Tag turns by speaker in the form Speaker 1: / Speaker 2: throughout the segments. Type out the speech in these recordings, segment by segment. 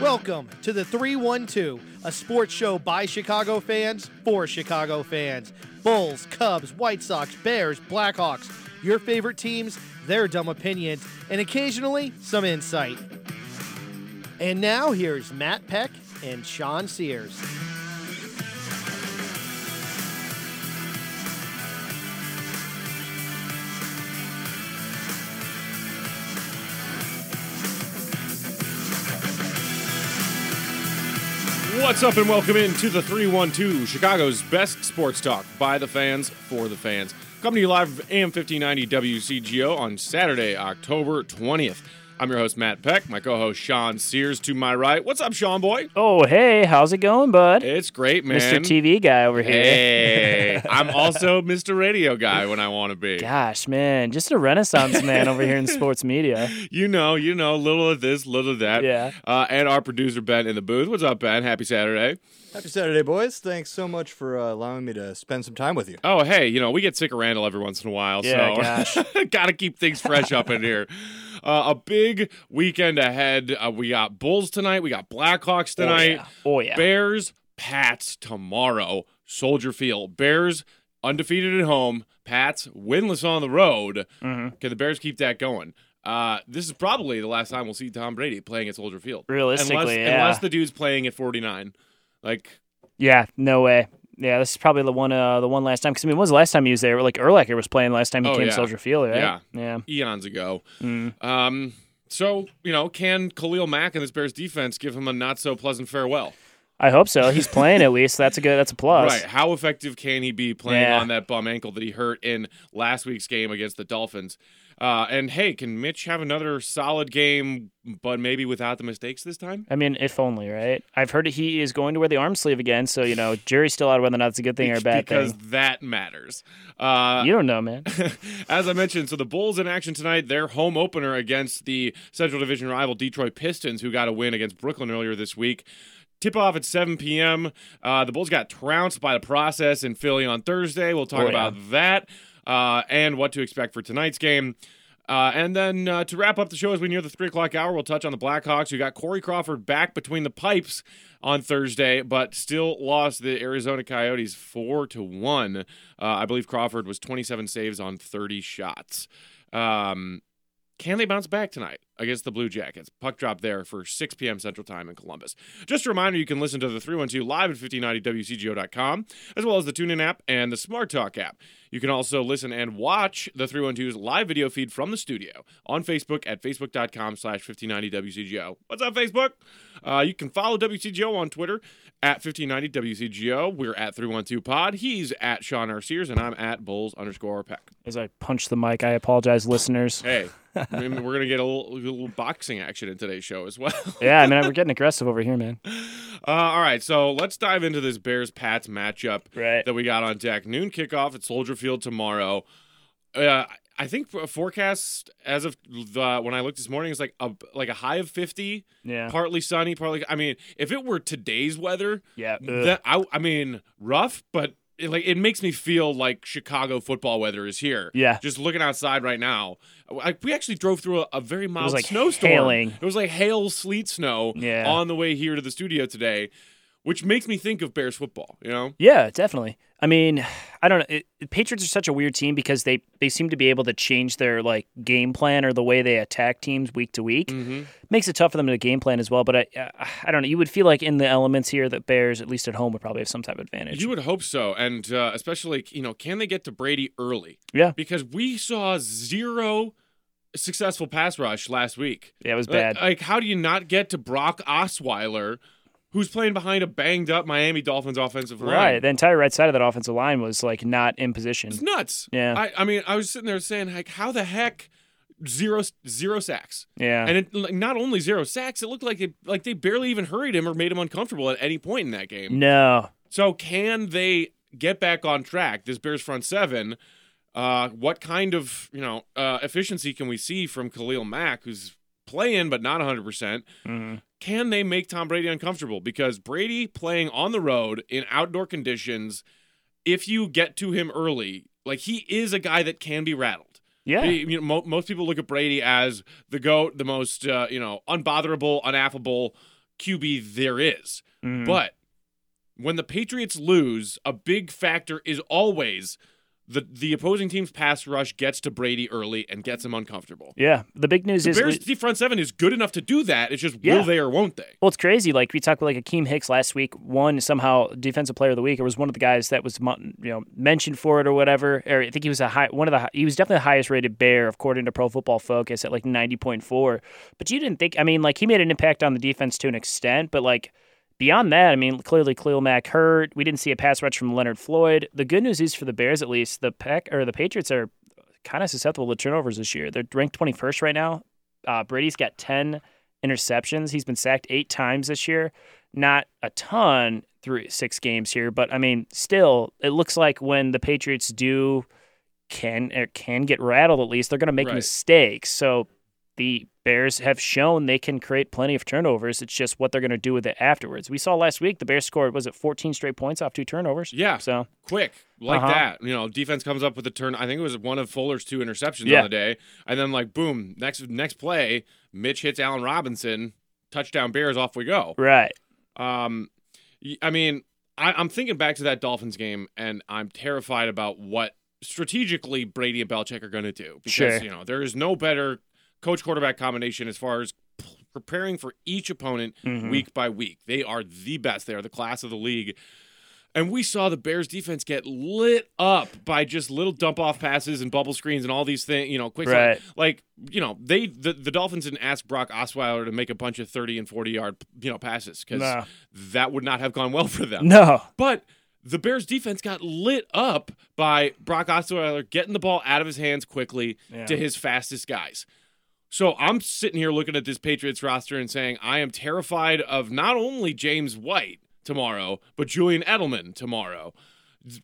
Speaker 1: Welcome to the 312, a sports show by Chicago fans for Chicago fans. Bulls, Cubs, White Sox, Bears, Blackhawks, your favorite teams, their dumb opinions, and occasionally some insight. And now here's Matt Peck and Sean Sears.
Speaker 2: What's up, and welcome in to the 312, Chicago's best sports talk by the fans for the fans. Coming to you live from AM 1590 WCGO on Saturday, October 20th. I'm your host, Matt Peck, my co host, Sean Sears, to my right. What's up, Sean Boy?
Speaker 3: Oh, hey, how's it going, bud?
Speaker 2: It's great, man.
Speaker 3: Mr. TV guy over here.
Speaker 2: Hey, I'm also Mr. Radio Guy when I want to be.
Speaker 3: Gosh, man, just a renaissance man over here in sports media.
Speaker 2: You know, you know, little of this, little of that.
Speaker 3: Yeah.
Speaker 2: Uh, and our producer, Ben, in the booth. What's up, Ben? Happy Saturday.
Speaker 4: Happy Saturday, boys. Thanks so much for uh, allowing me to spend some time with you.
Speaker 2: Oh, hey, you know, we get sick of Randall every once in a while,
Speaker 3: Yeah,
Speaker 2: so gotta keep things fresh up in here. Uh, a big weekend ahead. Uh, we got Bulls tonight, we got Blackhawks tonight,
Speaker 3: Oh, yeah. Oh, yeah.
Speaker 2: Bears, Pats tomorrow, Soldier Field. Bears undefeated at home, Pats winless on the road.
Speaker 3: Mhm.
Speaker 2: Can the Bears keep that going? Uh, this is probably the last time we'll see Tom Brady playing at Soldier Field.
Speaker 3: Realistically,
Speaker 2: unless,
Speaker 3: yeah.
Speaker 2: unless the dude's playing at 49. Like,
Speaker 3: Yeah, no way. Yeah, this is probably the one uh, the one last time. Because, I mean, when was the last time he was there? Like, Erlacher was playing last time he
Speaker 2: Oh,
Speaker 3: came
Speaker 2: yeah.
Speaker 3: to Soldier Field, right?
Speaker 2: Yeah.
Speaker 3: Yeah.
Speaker 2: eons ago.
Speaker 3: Mm.
Speaker 2: Um, so you know, can Khalil Mack and this Bears defense give him a not so pleasant farewell?
Speaker 3: I hope so. He's playing at least. That's a good, that's a plus.
Speaker 2: Right? How effective can he be playing
Speaker 3: Yeah.
Speaker 2: on that bum ankle that he hurt in last week's game against the Dolphins? Uh, and hey, can Mitch have another solid game, but maybe without the mistakes this time?
Speaker 3: I mean, if only, right? I've heard he is going to wear the arm sleeve again. So, you know, jury's still out whether or not it's a good thing or a bad
Speaker 2: because
Speaker 3: thing.
Speaker 2: that matters. Uh,
Speaker 3: You don't know, man.
Speaker 2: As I mentioned, so the Bulls in action tonight, their home opener against the Central Division rival Detroit Pistons, who got a win against Brooklyn earlier this week. Tip off at 7 p.m. Uh, the Bulls got trounced by the process in Philly on Thursday. We'll talk
Speaker 3: Oh, yeah.
Speaker 2: about that uh, and what to expect for tonight's game. Uh, and then uh, to wrap up the show as we near the three o'clock hour, we'll touch on the Blackhawks, who got Corey Crawford back between the pipes on Thursday, but still lost the Arizona Coyotes four to one. Uh, I believe Crawford was 27 saves on 30 shots. Um, can they bounce back tonight against the Blue Jackets? Puck drop there for 6 p.m. Central Time in Columbus. Just a reminder, you can listen to the 312 live at 1590WCGO.com, as well as the TuneIn app and the Smart Talk app. You can also listen and watch the 312's live video feed from the studio on Facebook at facebook.com slash 1590WCGO. What's up, Facebook? Uh, you can follow WCGO on Twitter at 1590WCGO. We're at 312pod. He's at Sean R. Sears, and I'm at Bulls underscore Peck.
Speaker 3: As I punch the mic, I apologize, listeners.
Speaker 2: Hey, I mean, we're gonna get a little, a little boxing action in today's show as well.
Speaker 3: Yeah, I mean, we're getting aggressive over here, man.
Speaker 2: Uh, all right, so let's dive into this Bears Pats matchup
Speaker 3: Right.
Speaker 2: that we got on deck. Noon kickoff at Soldier Field tomorrow. Uh, I think f- forecast as of the, when I looked this morning is like a like a high of fifty,
Speaker 3: Yeah.
Speaker 2: partly sunny, partly. I mean, if it were today's weather,
Speaker 3: Yeah. ugh.
Speaker 2: that I, I mean rough, but it, like it makes me feel like Chicago football weather is here.
Speaker 3: Yeah.
Speaker 2: just looking outside right now, I, we actually drove through a, a very mild
Speaker 3: like
Speaker 2: snowstorm.
Speaker 3: hailing.
Speaker 2: It was like hail, sleet, snow
Speaker 3: Yeah.
Speaker 2: on the way here to the studio today, which makes me think of Bears football. You know,
Speaker 3: Yeah, definitely. I mean, I don't know. It, Patriots are such a weird team because they they seem to be able to change their like game plan or the way they attack teams week to week.
Speaker 2: Mhm.
Speaker 3: Makes it tough for them to game plan as well. But I, I I don't know. You would feel like in the elements here that Bears, at least at home, would probably have some type of advantage.
Speaker 2: you would hope so, and uh, especially you know, can they get to Brady early?
Speaker 3: Yeah.
Speaker 2: because we saw zero successful pass rush last week.
Speaker 3: yeah, it was
Speaker 2: Like-
Speaker 3: bad.
Speaker 2: Like, how do you not get to Brock Osweiler, who's playing behind a banged up Miami Dolphins offensive line?
Speaker 3: right, the entire right side of that offensive line was like not in position.
Speaker 2: It's nuts.
Speaker 3: Yeah.
Speaker 2: I, I mean, I was sitting there saying, like, how the heck zero zero sacks?
Speaker 3: yeah,
Speaker 2: And it, like, not only zero sacks, it looked like they, like they barely even hurried him or made him uncomfortable at any point in that game.
Speaker 3: no,
Speaker 2: So can they get back on track? This Bears front seven. Uh, what kind of you know uh, efficiency can we see from Khalil Mack, who's playing but not 100 percent?
Speaker 3: Mhm.
Speaker 2: can they make Tom Brady uncomfortable? Because Brady playing on the road in outdoor conditions, if you get to him early, like he is a guy that can be rattled.
Speaker 3: yeah,
Speaker 2: He- you know, mo- most people look at Brady as the goat, the most uh, you know unbotherable, unaffable QB there is.
Speaker 3: Mhm.
Speaker 2: But when the Patriots lose, a big factor is always the the opposing team's pass rush gets to Brady early and gets him uncomfortable.
Speaker 3: yeah, the big news
Speaker 2: The
Speaker 3: is
Speaker 2: Bears' front seven is good enough to do that. It's just
Speaker 3: Yeah.
Speaker 2: will they or won't they?
Speaker 3: Well, it's crazy. Like we talked with like Akeem Hicks last week, won somehow defensive player of the week, or was one of the guys that was mon- you know mentioned for it or whatever. Or I think he was a high one of the hi- he was definitely the highest rated bear according to Pro Football Focus at like ninety point four. But you didn't think I mean like he made an impact on the defense to an extent, but like beyond that, I mean clearly Cleo Mack hurt. We didn't see a pass rush from Leonard Floyd. The good news is for the Bears at least the Pack or the Patriots are kind of susceptible to turnovers this year. They're ranked twenty first right now. Uh, Brady's got ten interceptions. He's been sacked eight times this year. Not a ton through six games here, but I mean, still, it looks like when the Patriots do can or can get rattled, at least they're going to make
Speaker 2: Right.
Speaker 3: mistakes. So the Bears have shown they can create plenty of turnovers. It's just what they're going to do with it afterwards. We saw last week the Bears scored was it 14 straight points off two turnovers.
Speaker 2: Yeah.
Speaker 3: So
Speaker 2: quick like
Speaker 3: Uh-huh.
Speaker 2: that. You know, defense comes up with a turn. I think it was one of Fuller's two interceptions
Speaker 3: Yeah.
Speaker 2: on the day, and then like boom, next next play, Mitch hits Allen Robinson, touchdown Bears, off we go.
Speaker 3: right,
Speaker 2: Um, y- I mean, I, I'm thinking back to that Dolphins game, and I'm terrified about what strategically Brady and Belichick are going to do because
Speaker 3: Sure.
Speaker 2: you know there is no better coach quarterback combination as far as p- preparing for each opponent
Speaker 3: Mhm.
Speaker 2: week by week. They are the best. They are the class of the league. And we saw the Bears defense get lit up by just little dump off passes and bubble screens and all these things, you know, quick
Speaker 3: Right.
Speaker 2: like you know they the, the dolphins didn't ask brock osweiler to make a bunch of 30 and 40 yard you know passes because
Speaker 3: No.
Speaker 2: that would not have gone well for them
Speaker 3: no,
Speaker 2: but the bears defense got lit up by brock osweiler getting the ball out of his hands quickly
Speaker 3: Yeah.
Speaker 2: to his fastest guys so i'm sitting here looking at this patriots roster and saying i am terrified of not only james white tomorrow but julian edelman tomorrow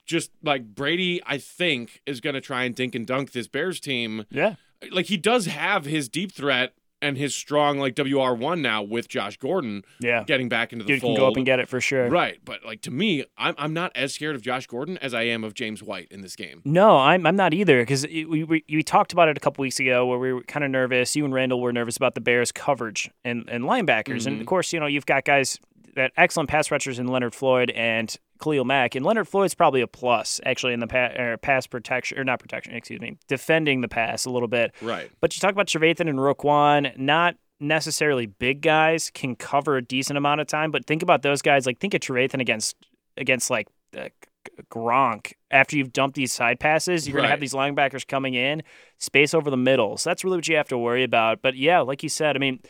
Speaker 2: just like brady i think is going to try and dink and dunk this bears team
Speaker 3: yeah,
Speaker 2: like he does have his deep threat and his strong like WR one now with Josh Gordon
Speaker 3: yeah,
Speaker 2: getting back into the
Speaker 3: dude
Speaker 2: fold.
Speaker 3: can go up and get it for sure.
Speaker 2: right, but like to me, I'm I'm not as scared of Josh Gordon as I am of James White in this game.
Speaker 3: No, I'm I'm not either because we, we you talked about it a couple weeks ago where we were kind of nervous. You and Randall were nervous about the Bears' coverage and and linebackers, and of course you know you've got guys that excellent pass rushers in Leonard Floyd and Khalil Mack, and Leonard Floyd's probably a plus actually in the pa- er, pass protection or not protection, excuse me, defending the pass a little bit.
Speaker 2: Right.
Speaker 3: But you talk about Trevathan and Roquan, not necessarily big guys, can cover a decent amount of time. But think about those guys. Like think of Trevathan against against like uh, Gronk. After you've dumped these side passes, you're gonna have
Speaker 2: Right.
Speaker 3: these linebackers coming in, space over the middle. So that's really what you have to worry about. But yeah, like you said, I mean.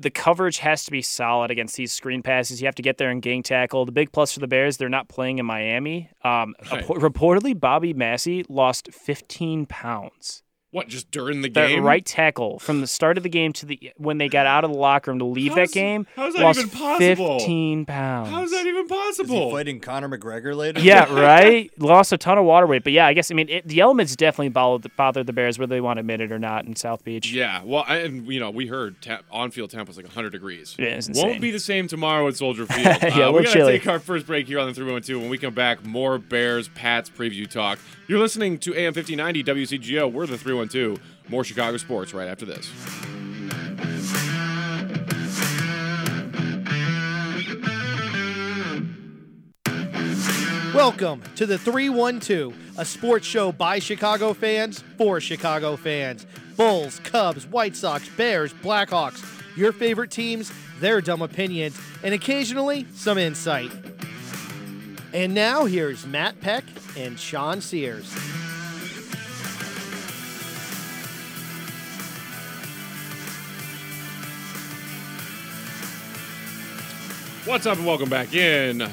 Speaker 3: The coverage has to be solid against these screen passes. You have to get there and gang tackle. The big plus for the Bears, they're not playing in Miami. Um,
Speaker 2: Right.
Speaker 3: apo- reportedly, Bobby Massey lost 15 pounds
Speaker 2: What just during the
Speaker 3: the
Speaker 2: game?
Speaker 3: right tackle from the start of the game to the when they got out of the locker room to leave
Speaker 2: How's-
Speaker 3: that game
Speaker 2: how's that
Speaker 3: lost
Speaker 2: even possible?
Speaker 3: 15 pounds.
Speaker 2: How is that even
Speaker 4: Is he
Speaker 1: Oh.
Speaker 2: possible?
Speaker 4: fighting Conor McGregor later?
Speaker 3: yeah, right. Lost a ton of water weight, but yeah, I guess I mean it, the elements definitely bothered, bothered the Bears, whether they want to admit it or not. In South Beach,
Speaker 2: yeah, well, I, and you know, we heard temp, on-field temp was like 100 degrees.
Speaker 3: Yeah, it's insane.
Speaker 2: Won't be the same tomorrow at Soldier Field. Uh,
Speaker 3: Yeah,
Speaker 2: we
Speaker 3: we're
Speaker 2: gotta
Speaker 3: chilly.
Speaker 2: take our first break here on the 312. When we come back, more Bears Pats preview talk. You're listening to AM 1590 WCGO. We're the 312. More Chicago sports right after this.
Speaker 1: Welcome to the 312, a sports show by Chicago fans for Chicago fans. Bulls, Cubs, White Sox, Bears, Blackhawks, your favorite teams, their dumb opinions, and occasionally some insight. And now here's Matt Peck and Sean Sears.
Speaker 2: What's up and welcome back in.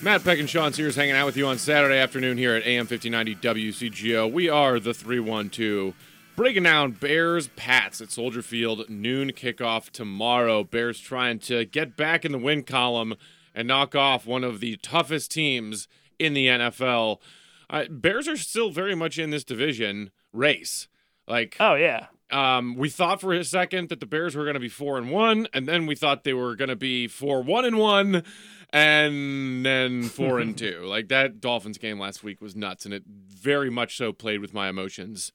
Speaker 2: Matt Peck and Sean Sears hanging out with you on Saturday afternoon here at AM 1590 WCGO. We are the 312. Breaking down Bears Pats at Soldier Field, noon kickoff tomorrow. Bears trying to get back in the win column and knock off one of the toughest teams in the NFL. Uh, Bears are still very much in this division race. Like,
Speaker 3: Oh yeah,
Speaker 2: um, we thought for a second that the Bears were going to be four and one, and then we thought they were going to be four one and one, and then four and two. Like that Dolphins game last week was nuts, and it very much so played with my emotions.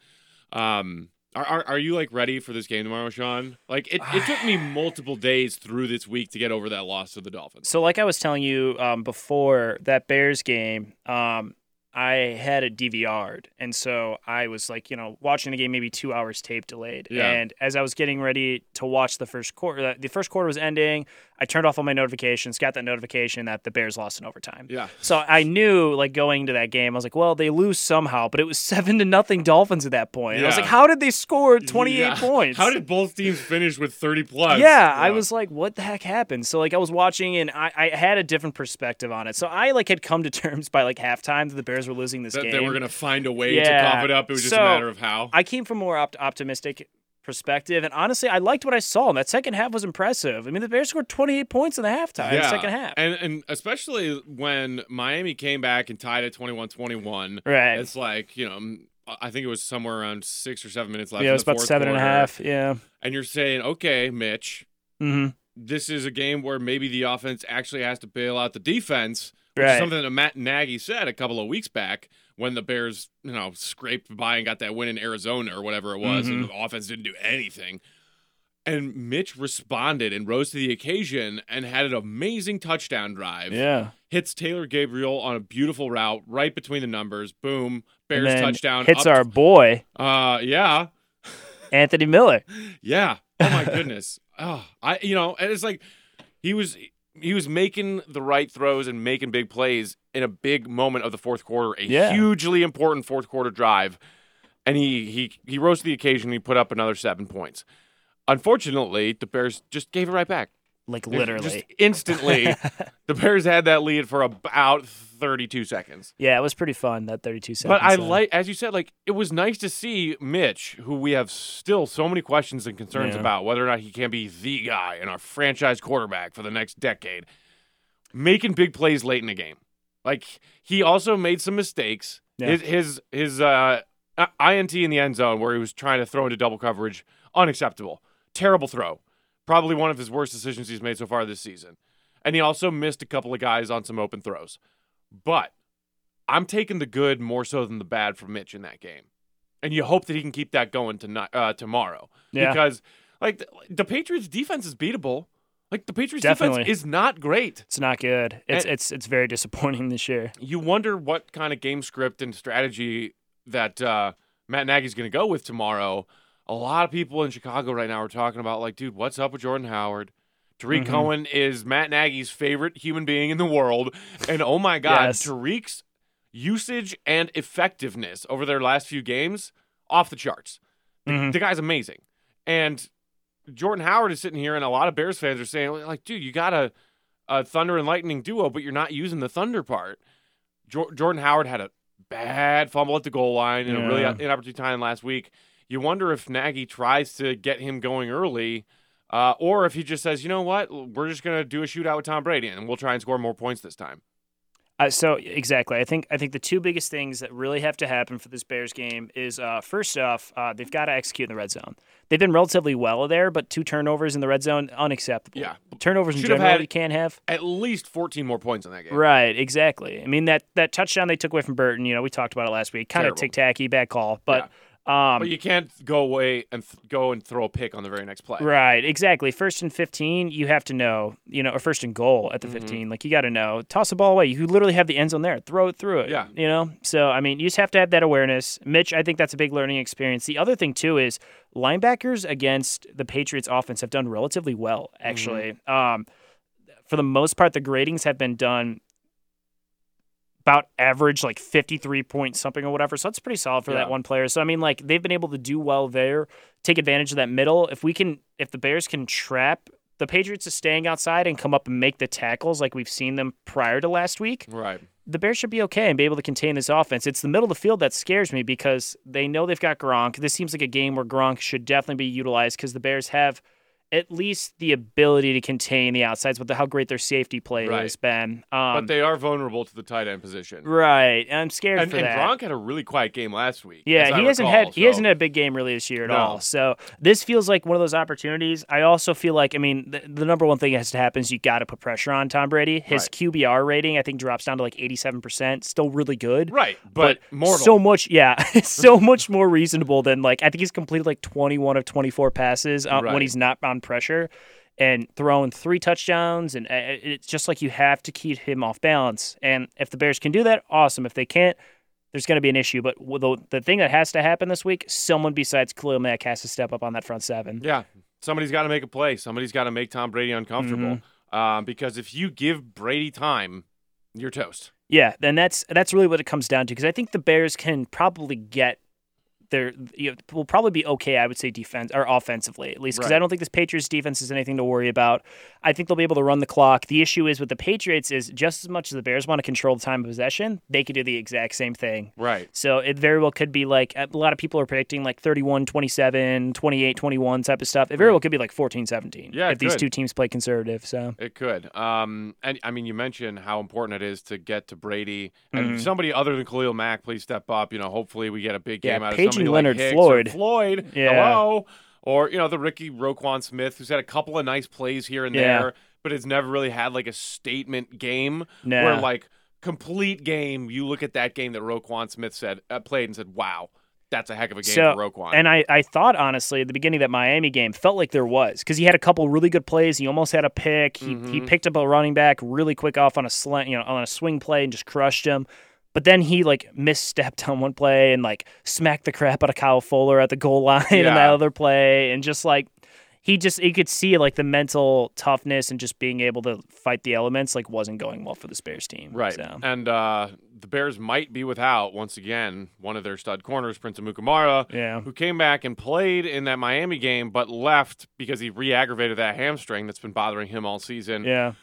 Speaker 2: Um, Are, are, are you like ready for this game tomorrow, Sean? Like it, it took me multiple days through this week to get over that loss to the Dolphins.
Speaker 3: So, like I was telling you um, before that Bears game, um, I had a DVR, and so I was like, you know, watching the game maybe two hours tape delayed.
Speaker 2: Yeah.
Speaker 3: And as I was getting ready to watch the first quarter, the first quarter was ending. I turned off all my notifications, got that notification that the Bears lost in overtime.
Speaker 2: Yeah.
Speaker 3: So I knew, like going into that game, I was like, well, they lose somehow, but it was seven to nothing Dolphins at that point. And I was
Speaker 2: Yeah.
Speaker 3: like, how did they score twenty eight
Speaker 2: Yeah.
Speaker 3: points?
Speaker 2: How did both teams finish with 30 plus?
Speaker 3: yeah, I was like, what the heck happened? So like I was watching and I, I had a different perspective on it. So I like had come to terms by like halftime that the Bears were losing this
Speaker 2: that
Speaker 3: game.
Speaker 2: they were going to find a way to
Speaker 3: Yeah.
Speaker 2: cough it up. It was just
Speaker 3: So,
Speaker 2: a matter of how.
Speaker 3: I came from a more opt- optimistic perspective, and honestly, I liked what I saw. And that second half was impressive. I mean, the Bears scored 28 points in the halftime, the second half.
Speaker 2: And and especially when Miami came back and tied at 21-21.
Speaker 3: right.
Speaker 2: It's like, you know, m- I think it was somewhere around 6 or 7 minutes left
Speaker 3: yeah,
Speaker 2: in
Speaker 3: it was
Speaker 2: the
Speaker 3: about
Speaker 2: fourth
Speaker 3: seven and a
Speaker 2: quarter.
Speaker 3: half. Yeah.
Speaker 2: And you're saying, "Okay, Mitch,
Speaker 3: Mm-hmm.
Speaker 2: this is a game where maybe the offense actually has to bail out the defense." Which is
Speaker 3: Right.
Speaker 2: something that Matt Nagy said a couple of weeks back when the Bears, you know, scraped by and got that win in Arizona or whatever it was,
Speaker 3: Mm-hmm.
Speaker 2: and the offense didn't do anything. And Mitch responded and rose to the occasion and had an amazing touchdown drive.
Speaker 3: Yeah.
Speaker 2: Hits Taylor Gabriel on a beautiful route right between the numbers. Boom.
Speaker 3: And
Speaker 2: Bears
Speaker 3: then
Speaker 2: touchdown.
Speaker 3: Hits our
Speaker 2: up-
Speaker 3: boy,
Speaker 2: Uh, yeah.
Speaker 3: Anthony Miller.
Speaker 2: Yeah. Oh my goodness. Oh, I you know, and it's like he was he was making the right throws and making big plays in a big moment of the fourth quarter, a
Speaker 3: Yeah.
Speaker 2: hugely important fourth quarter drive. And he he he rose to the occasion and he put up another 7 points. Unfortunately, the Bears just gave it right back.
Speaker 3: Like
Speaker 2: They
Speaker 3: literally.
Speaker 2: Just instantly, the Bears had that lead for about 32 seconds.
Speaker 3: yeah, it was pretty fun that 32 seconds. uh,
Speaker 2: But I
Speaker 3: though.
Speaker 2: like, as you said, like it was nice to see Mitch, who we have still so many questions and concerns
Speaker 3: Yeah.
Speaker 2: about whether or not he can be the guy and our franchise quarterback for the next decade, making big plays late in the game. Like he also made some mistakes.
Speaker 3: Yeah.
Speaker 2: His his his uh, I- INT in the end zone where he was trying to throw into double coverage, unacceptable, terrible throw, probably one of his worst decisions he's made so far this season. And he also missed a couple of guys on some open throws. But I'm taking the good more so than the bad from Mitch in that game, and you hope that he can keep that going tonight, uh, tomorrow,
Speaker 3: Yeah.
Speaker 2: because like the, the Patriots' defense is beatable. Like the Patriots'
Speaker 3: Definitely.
Speaker 2: defense is not great.
Speaker 3: It's not good. It's
Speaker 2: And-
Speaker 3: it's it's very disappointing this year.
Speaker 2: You wonder what kind of game script and strategy that uh, Matt Nagy's going to go with tomorrow. A lot of people in Chicago right now are talking about like, dude, what's up with Jordan Howard? Tariq
Speaker 3: Mhm.
Speaker 2: Cohen is Matt Nagy's favorite human being in the world, and oh my God,
Speaker 3: Yes.
Speaker 2: Tariq's usage and effectiveness over their last few games off the charts.
Speaker 3: Mhm.
Speaker 2: The guy's amazing. And Jordan Howard is sitting here, and a lot of Bears fans are saying, like, dude, you got a, a Thunder and Lightning duo, but you're not using the Thunder part. Jor- Jordan Howard had a bad fumble at the goal line and a really
Speaker 3: Yeah.
Speaker 2: inopportune time last week. You wonder if Nagy tries to get him going early. Uh, or if he just says, you know what, we're just gonna do a shootout with Tom Brady, and we'll try and score more points this time.
Speaker 3: Uh, so exactly, I think I think the two biggest things that really have to happen for this Bears game is uh, first off, uh, they've got to execute in the red zone. They've been relatively well there, but two turnovers in the red zone unacceptable.
Speaker 2: Yeah.
Speaker 3: turnovers in
Speaker 2: Should have
Speaker 3: general
Speaker 2: had-
Speaker 3: you can't have.
Speaker 2: At least 14 more points in that game.
Speaker 3: Right, exactly. I mean that that touchdown they took away from Burton. You know, we talked about it last week. Kind of
Speaker 2: Terrible.
Speaker 3: tic tacky, bad call, but. Um,
Speaker 2: But you can't go away and th- go and throw a pick on the very next play.
Speaker 3: Right, exactly. First and 15, you have to know, you know, or first and goal at the
Speaker 2: Mm-hmm.
Speaker 3: 15. Like, you got to know. Toss the ball away. You literally have the end zone there. Throw it through it.
Speaker 2: Yeah.
Speaker 3: You know? So, I mean, you just have to have that awareness. Mitch, I think that's a big learning experience. The other thing, too, is linebackers against the Patriots offense have done relatively well,
Speaker 2: Mm-hmm.
Speaker 3: actually. Um, for the most part, the gradings have been done about average, like 53 point something or whatever. So that's pretty solid for
Speaker 2: Yeah.
Speaker 3: that one player. So, I mean, like, they've been able to do well there, take advantage of that middle. If we can, if the Bears can trap the Patriots is staying outside and come up and make the tackles like we've seen them prior to last week,
Speaker 2: Right.
Speaker 3: the Bears should be okay and be able to contain this offense. It's the middle of the field that scares me because they know they've got Gronk. This seems like a game where Gronk should definitely be utilized because the Bears have at least the ability to contain the outsides with the, how great their safety play
Speaker 2: Right.
Speaker 3: has been. Um,
Speaker 2: but they are vulnerable to the tight end position.
Speaker 3: right, and I'm scared
Speaker 2: And,
Speaker 3: for
Speaker 2: and
Speaker 3: that.
Speaker 2: Gronk had a really quiet game last week. as
Speaker 3: Yeah,
Speaker 2: I
Speaker 3: he hasn't
Speaker 2: recall,
Speaker 3: had he hasn't
Speaker 2: so-
Speaker 3: had a big game really this year at
Speaker 2: No.
Speaker 3: all. So this feels like one of those opportunities. I also feel like I mean the, the number one thing that has to happen is you got to put pressure on Tom Brady. His
Speaker 2: Right.
Speaker 3: QBR rating I think drops down to like eighty seven percent, still really good.
Speaker 2: right, but, mortal.
Speaker 3: So much, yeah, so much more reasonable than like I think he's completed like twenty one of twenty four passes uh,
Speaker 2: Right.
Speaker 3: when he's not on pressure. And thrown three touchdowns, and uh, it's just like you have to keep him off balance. And if the Bears can do that, awesome. If they can't, there's going to be an issue. But the, the thing that has to happen this week, someone besides Khalil Mack has to step up on that front seven.
Speaker 2: Yeah, somebody's got to make a play. Somebody's got to make Tom Brady uncomfortable.
Speaker 3: Mm-hmm.
Speaker 2: Uh, because if you give Brady time, you're toast.
Speaker 3: Yeah, then that's that's really what it comes down to. Because I think the Bears can probably get their you know, will probably be okay. I would say defense or offensively at least because
Speaker 2: Right.
Speaker 3: I don't think this Patriots defense is anything to worry about. I think they'll be able to run the clock. The issue is with the Patriots is just as much as the Bears want to control the time of possession, they could do the exact same thing.
Speaker 2: Right.
Speaker 3: So it very well could be like a lot of people are predicting like 31 27, 28 21 type of stuff. It very well could be like 14 17
Speaker 2: Yeah, it
Speaker 3: if these
Speaker 2: could.
Speaker 3: two teams play conservative. So
Speaker 2: It could. Um, and I mean, you mentioned how important it is to get to Brady and
Speaker 3: Mm-hmm.
Speaker 2: somebody other than Khalil Mack. Please step up. You know, hopefully we get a big
Speaker 3: Yeah,
Speaker 2: game out of
Speaker 3: paging
Speaker 2: somebody
Speaker 3: Leonard
Speaker 2: like Hicks
Speaker 3: Floyd.
Speaker 2: or Floyd.
Speaker 3: Yeah.
Speaker 2: Hello. Or you know the Ricky Roquan Smith, who's had a couple of nice plays here and
Speaker 3: Yeah.
Speaker 2: there, but has never really had like a statement game
Speaker 3: Nah.
Speaker 2: where like complete game. You look at that game that Roquan Smith said uh, played and said, "Wow, that's a heck of a game
Speaker 3: So-
Speaker 2: for Roquan."
Speaker 3: And I, I thought honestly at the beginning of that Miami game felt like there was because he had a couple really good plays. He almost had a pick. He he
Speaker 2: Mhm.
Speaker 3: picked up a running back really quick off on a slant, you know, on a swing play and just crushed him. But then he like misstepped on one play and like smacked the crap out of Kyle Fuller at the goal line in
Speaker 2: Yeah.
Speaker 3: that other play and just like he just you could see like the mental toughness and just being able to fight the elements like wasn't going well for the Bears team.
Speaker 2: Right.
Speaker 3: So.
Speaker 2: And uh, the Bears might be without, once again, one of their stud corners, Prince of Mukamara,
Speaker 3: Yeah.
Speaker 2: who came back and played in that Miami game, but left because he re aggravated that hamstring that's been bothering him all season.
Speaker 3: Yeah.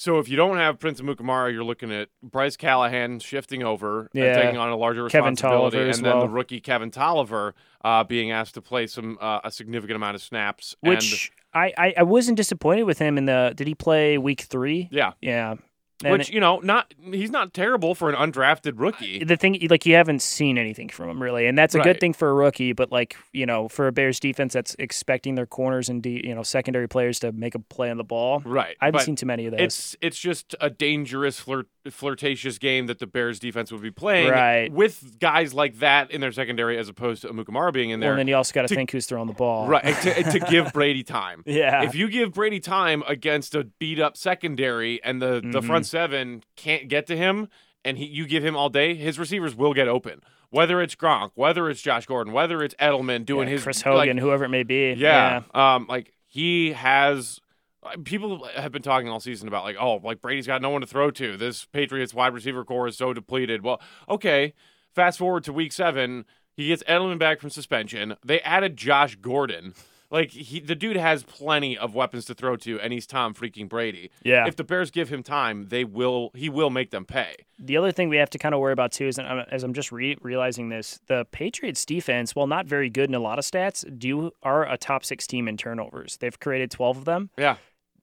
Speaker 2: So if you don't have Prince of Mukamara, you're looking at Bryce Callahan shifting over and
Speaker 3: Yeah.
Speaker 2: taking on a larger
Speaker 3: Kevin
Speaker 2: responsibility.
Speaker 3: Tolliver
Speaker 2: and
Speaker 3: as
Speaker 2: then
Speaker 3: well.
Speaker 2: the rookie Kevin Tolliver uh, being asked to play some uh, a significant amount of snaps. and,
Speaker 3: Which I, I, I wasn't disappointed with him in the. Did he play week three?
Speaker 2: yeah.
Speaker 3: Yeah. And
Speaker 2: Which, you know, not he's not terrible for an undrafted rookie.
Speaker 3: the thing, like you haven't seen anything from him really, and that's a
Speaker 2: Right.
Speaker 3: good thing for a rookie. But like you know, for a Bears defense that's expecting their corners and de- you know secondary players to make a play on the ball,
Speaker 2: Right.
Speaker 3: I haven't
Speaker 2: but-
Speaker 3: seen too many of those.
Speaker 2: It's it's just a dangerous flirt, flirtatious game that the Bears defense would be playing
Speaker 3: Right.
Speaker 2: with guys like that in their secondary as opposed to Amukamara being in
Speaker 3: Well,
Speaker 2: there.
Speaker 3: and then you also got to
Speaker 2: to-
Speaker 3: think who's throwing the ball.
Speaker 2: right to, to give Brady time.
Speaker 3: Yeah.
Speaker 2: If you give Brady time against a beat up secondary and the, the
Speaker 3: Mm-hmm.
Speaker 2: front seven can't get to him and he, you give him all day, his receivers will get open. Whether it's Gronk, whether it's Josh Gordon, whether it's Edelman
Speaker 3: Yeah,
Speaker 2: doing his
Speaker 3: Chris
Speaker 2: like,
Speaker 3: Hogan, whoever it may be.
Speaker 2: yeah. Um, like he has. uh, People have been talking all season about like, oh, like Brady's got no one to throw to. This Patriots wide receiver core is so depleted. Well, okay. Fast forward to week seven, he gets Edelman back from suspension. They added Josh Gordon. Like he, the dude has plenty of weapons to throw to, and he's Tom freaking Brady.
Speaker 3: Yeah.
Speaker 2: If the Bears give him time, they will. He will make them pay.
Speaker 3: The other thing we have to kind of worry about too is, and I'm- as I'm just re- realizing this, the Patriots' defense, while not very good in a lot of stats, do are a top six team in turnovers. They've created 12 of them.
Speaker 2: Yeah.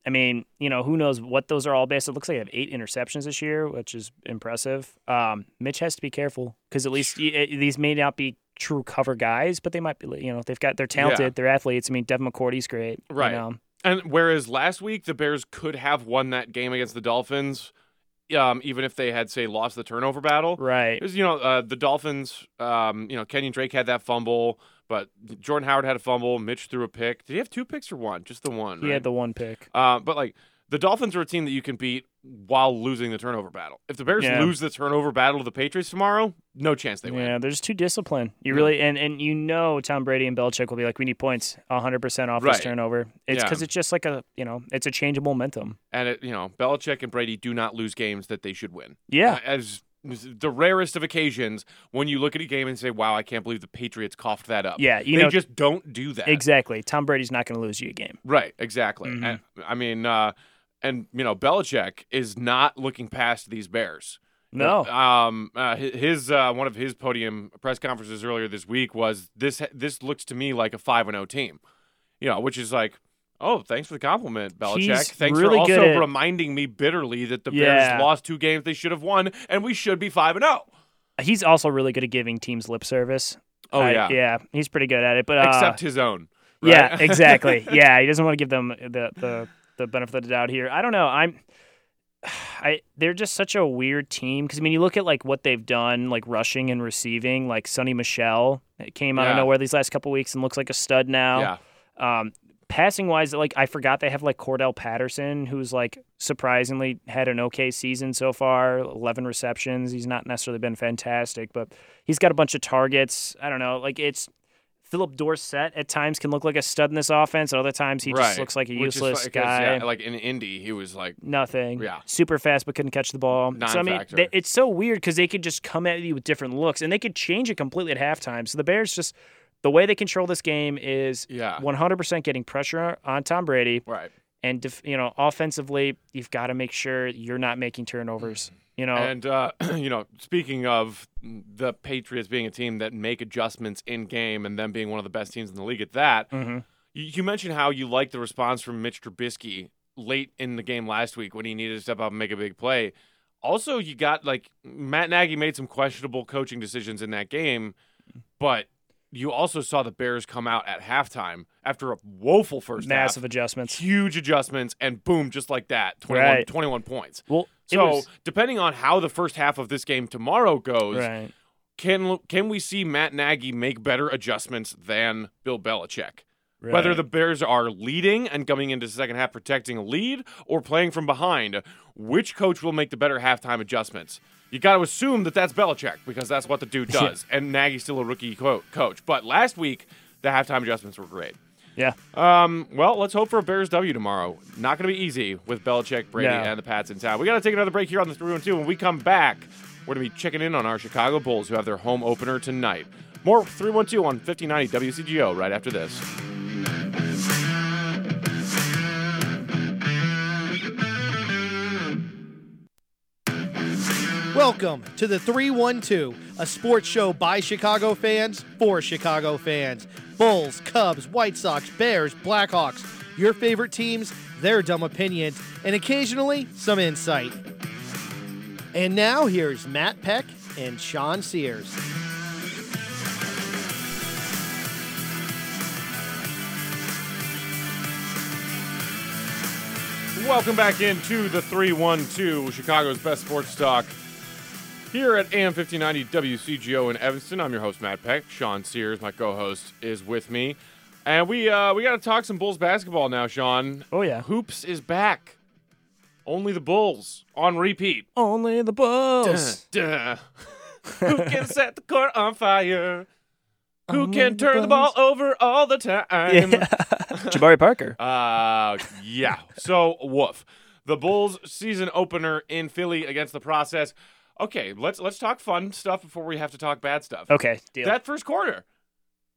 Speaker 3: I mean, you know, who knows what those are all based? It looks like they have eight interceptions this year, which is impressive. Um, Mitch has to be careful because at least y- eh, these may not be true cover guys, but they might be. You know, they've got they're talented, they're athletes. I mean, Devin McCourty's great. you
Speaker 2: Right.
Speaker 3: know.
Speaker 2: And whereas last week the Bears could have won that game against the Dolphins, um, even if they had say lost the turnover battle,
Speaker 3: Right.
Speaker 2: It was, you know, uh, the Dolphins, um, you know, Kenyon Drake had that fumble, but Jordan Howard had a fumble. Mitch threw a pick. Did he have two picks or one? Just the one.
Speaker 3: He had
Speaker 2: right?
Speaker 3: the one pick.
Speaker 2: Uh, but like the Dolphins are a team that you can beat while losing the turnover battle. If the Bears
Speaker 3: Yeah.
Speaker 2: lose the turnover battle to the Patriots tomorrow, no chance they win.
Speaker 3: Yeah, they're just too disciplined. You
Speaker 2: Yeah.
Speaker 3: really and and you know Tom Brady and Belichick will be like, we need points, hundred percent off
Speaker 2: Right.
Speaker 3: this turnover. It's
Speaker 2: Yeah.
Speaker 3: because it's just like a you know it's a change of momentum.
Speaker 2: And it, you know, Belichick and Brady do not lose games that they should win.
Speaker 3: Yeah,
Speaker 2: uh, As the rarest of occasions when you look at a game and say, "Wow, I can't believe the Patriots coughed that up."
Speaker 3: yeah, you
Speaker 2: they
Speaker 3: know
Speaker 2: just don't do that.
Speaker 3: exactly. Tom Brady's not going to lose you a game.
Speaker 2: Right, exactly.
Speaker 3: Mhm.
Speaker 2: And, I mean, uh, and you know, Belichick is not looking past these Bears.
Speaker 3: No,
Speaker 2: Um, uh, hi- his uh, one of his podium press conferences oh earlier this week was this. This looks to me like a five and zero team, you know, which is like, Oh, thanks for the compliment, Belichick.
Speaker 3: He's
Speaker 2: thanks
Speaker 3: really
Speaker 2: for also
Speaker 3: good at-
Speaker 2: reminding me bitterly that the
Speaker 3: Yeah.
Speaker 2: Bears lost two games they should have won, and we should be five and oh." zero.
Speaker 3: He's also really good at giving teams lip service.
Speaker 2: Oh
Speaker 3: I-
Speaker 2: yeah.
Speaker 3: yeah, he's pretty good at it. But uh,
Speaker 2: except his own. right?
Speaker 3: yeah, exactly. yeah, he doesn't want to give them the the the benefit of the doubt here. I don't know. I'm. I they're just such a weird team because I mean you look at like what they've done like rushing and receiving like Sonny Michelle came out of
Speaker 2: Yeah.
Speaker 3: nowhere these last couple weeks and looks like a stud now.
Speaker 2: yeah.
Speaker 3: Um, passing wise, like I forgot they have like Cordell Patterson, who's like surprisingly had an okay season so far. Eleven receptions. He's not necessarily been fantastic, but he's got a bunch of targets. I don't know. Like it's Philip Dorsett at times can look like a stud in this offense, and other times he
Speaker 2: right.
Speaker 3: just looks like a
Speaker 2: Which is
Speaker 3: useless
Speaker 2: fu- 'cause,
Speaker 3: guy.
Speaker 2: yeah, like in Indy, he was like,
Speaker 3: Nothing.
Speaker 2: Yeah.
Speaker 3: Super fast, but couldn't catch the ball. So I mean,
Speaker 2: Non-factor.
Speaker 3: they, it's so weird because they could just come at you with different looks, and they could change it completely at halftime. So the Bears just the way they control this game is
Speaker 2: yeah,
Speaker 3: 100% getting pressure on Tom Brady
Speaker 2: right.
Speaker 3: and def- you know offensively you've got to make sure you're not making turnovers you know
Speaker 2: And uh, you know, speaking of the Patriots being a team that make adjustments in game and them being one of the best teams in the league at that,
Speaker 3: Mhm.
Speaker 2: you, you mentioned how you liked the response from Mitch Trubisky late in the game last week when he needed to step up and make a big play. Also, you got like Matt Nagy made some questionable coaching decisions in that game, but you also saw the Bears come out at halftime after a woeful first half.
Speaker 3: massive adjustments
Speaker 2: huge adjustments and boom just like that 21,
Speaker 3: Right.
Speaker 2: 21 points
Speaker 3: well it
Speaker 2: so
Speaker 3: was-
Speaker 2: depending on how the first half of this game tomorrow goes
Speaker 3: right
Speaker 2: can can we see matt nagy make better adjustments than bill belichick
Speaker 3: right.
Speaker 2: whether the bears are leading and coming into the second half protecting a lead or playing from behind which coach will make the better halftime adjustments you got to assume that that's belichick because that's what the dude does and nagy's still a rookie co- coach but last week the halftime adjustments were great
Speaker 3: yeah
Speaker 2: um, well, let's hope for a Bears W tomorrow. Not going to be easy with Belichick, Brady,
Speaker 3: No.
Speaker 2: and the Pats in town. We got to take another break here on the 312. When we come back, we're going to be checking in on our Chicago Bulls, who have their home opener tonight. More 312 on 1590 WCGO right after this.
Speaker 1: Welcome to the 312, a sports show by Chicago fans for Chicago fans. Bulls, Cubs, White Sox, Bears, Blackhawks, your favorite teams, their dumb opinions, and occasionally some insight. And now here's Matt Peck and Sean Sears.
Speaker 2: Welcome back into the 312, Chicago's best sports talk. Here at AM 1590 WCGO in Evanston, I'm your host Matt Peck. Sean Sears, my co-host, is with me, and we uh, we got to talk some Bulls basketball now. Sean,
Speaker 3: oh yeah
Speaker 2: Hoops is back. Only the Bulls on repeat.
Speaker 3: only the bulls
Speaker 2: Duh. Who can set the court on fire? Who
Speaker 3: Only
Speaker 2: can
Speaker 3: the
Speaker 2: turn the ball
Speaker 3: Bulls.
Speaker 2: over all the time?
Speaker 3: jabari parker
Speaker 2: Uh, yeah. So woof. The Bulls season opener in Philly against the process. Okay, let's let's talk fun stuff before we have to talk bad stuff.
Speaker 3: okay deal
Speaker 2: That first quarter.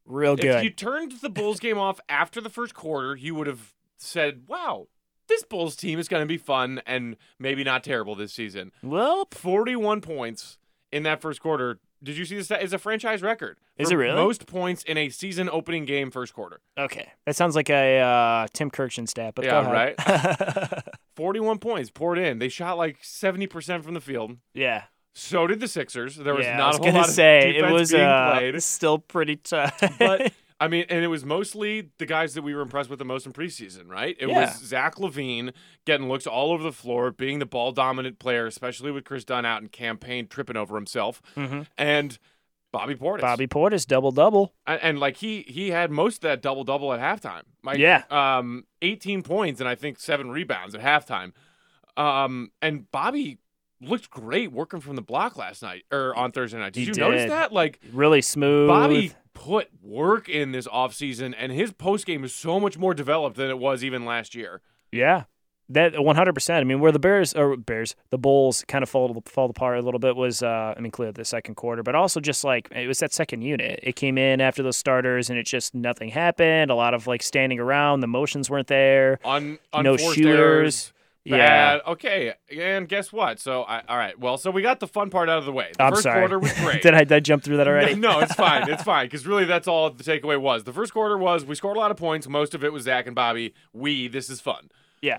Speaker 3: real
Speaker 2: If
Speaker 3: good
Speaker 2: you turned the Bulls game off after the first quarter, you would have said, "Wow, this Bulls team is going to be fun and maybe not terrible this season."
Speaker 3: well
Speaker 2: 41 points in that first quarter. Did you see this? It's a franchise record.
Speaker 3: Is
Speaker 2: for
Speaker 3: it really?
Speaker 2: Most points in a season opening game first quarter.
Speaker 3: okay that sounds like a uh, tim kirkshin stat but
Speaker 2: Yeah,
Speaker 3: go ahead.
Speaker 2: 41 points poured in. They shot like 70% from the field.
Speaker 3: yeah
Speaker 2: So did the Sixers. There was
Speaker 3: yeah,
Speaker 2: not
Speaker 3: I was
Speaker 2: a whole
Speaker 3: gonna
Speaker 2: lot of
Speaker 3: say it
Speaker 2: defense
Speaker 3: was
Speaker 2: being
Speaker 3: uh,
Speaker 2: played.
Speaker 3: still pretty tough
Speaker 2: but I mean, and it was mostly the guys that we were impressed with the most in preseason, right? It
Speaker 3: Yeah.
Speaker 2: was Zach Levine getting looks all over the floor, being the ball dominant player, especially with Chris Dunn out and campaign tripping over himself,
Speaker 3: Mhm.
Speaker 2: and Bobby Portis.
Speaker 3: bobby portis double double
Speaker 2: and, and, like he he had most of that double double at halftime. Like,
Speaker 3: Yeah.
Speaker 2: um, eighteen points and I think seven rebounds at halftime. Um, and Bobby looked great working from the block last night or on Thursday night. Did
Speaker 3: He
Speaker 2: you notice
Speaker 3: did.
Speaker 2: that? Like
Speaker 3: really smooth
Speaker 2: Bobby put work in this offseason, and his postgame is so much more developed than it was even last year.
Speaker 3: Yeah. That 100. percent I mean, where the Bears or Bears, the Bulls kind of fall fall apart a little bit was, uh, I mean, clear the second quarter, but also just like it was that second unit. It came in after those starters, and it just nothing happened. A lot of like standing around, the motions weren't there.
Speaker 2: Un-
Speaker 3: No
Speaker 2: unforced
Speaker 3: shooters.
Speaker 2: errors,
Speaker 3: Yeah.
Speaker 2: Bad. Okay. And guess what? So, I, all right. Well, so we got the fun part out of the way. The
Speaker 3: I'm
Speaker 2: first
Speaker 3: sorry.
Speaker 2: quarter was great.
Speaker 3: Did I, did I jump through that already?
Speaker 2: No, it's fine. It's fine. Because really, that's all the takeaway was. The first quarter was we scored a lot of points. Most of it was Zach and Bobby. We, this is fun.
Speaker 3: Yeah.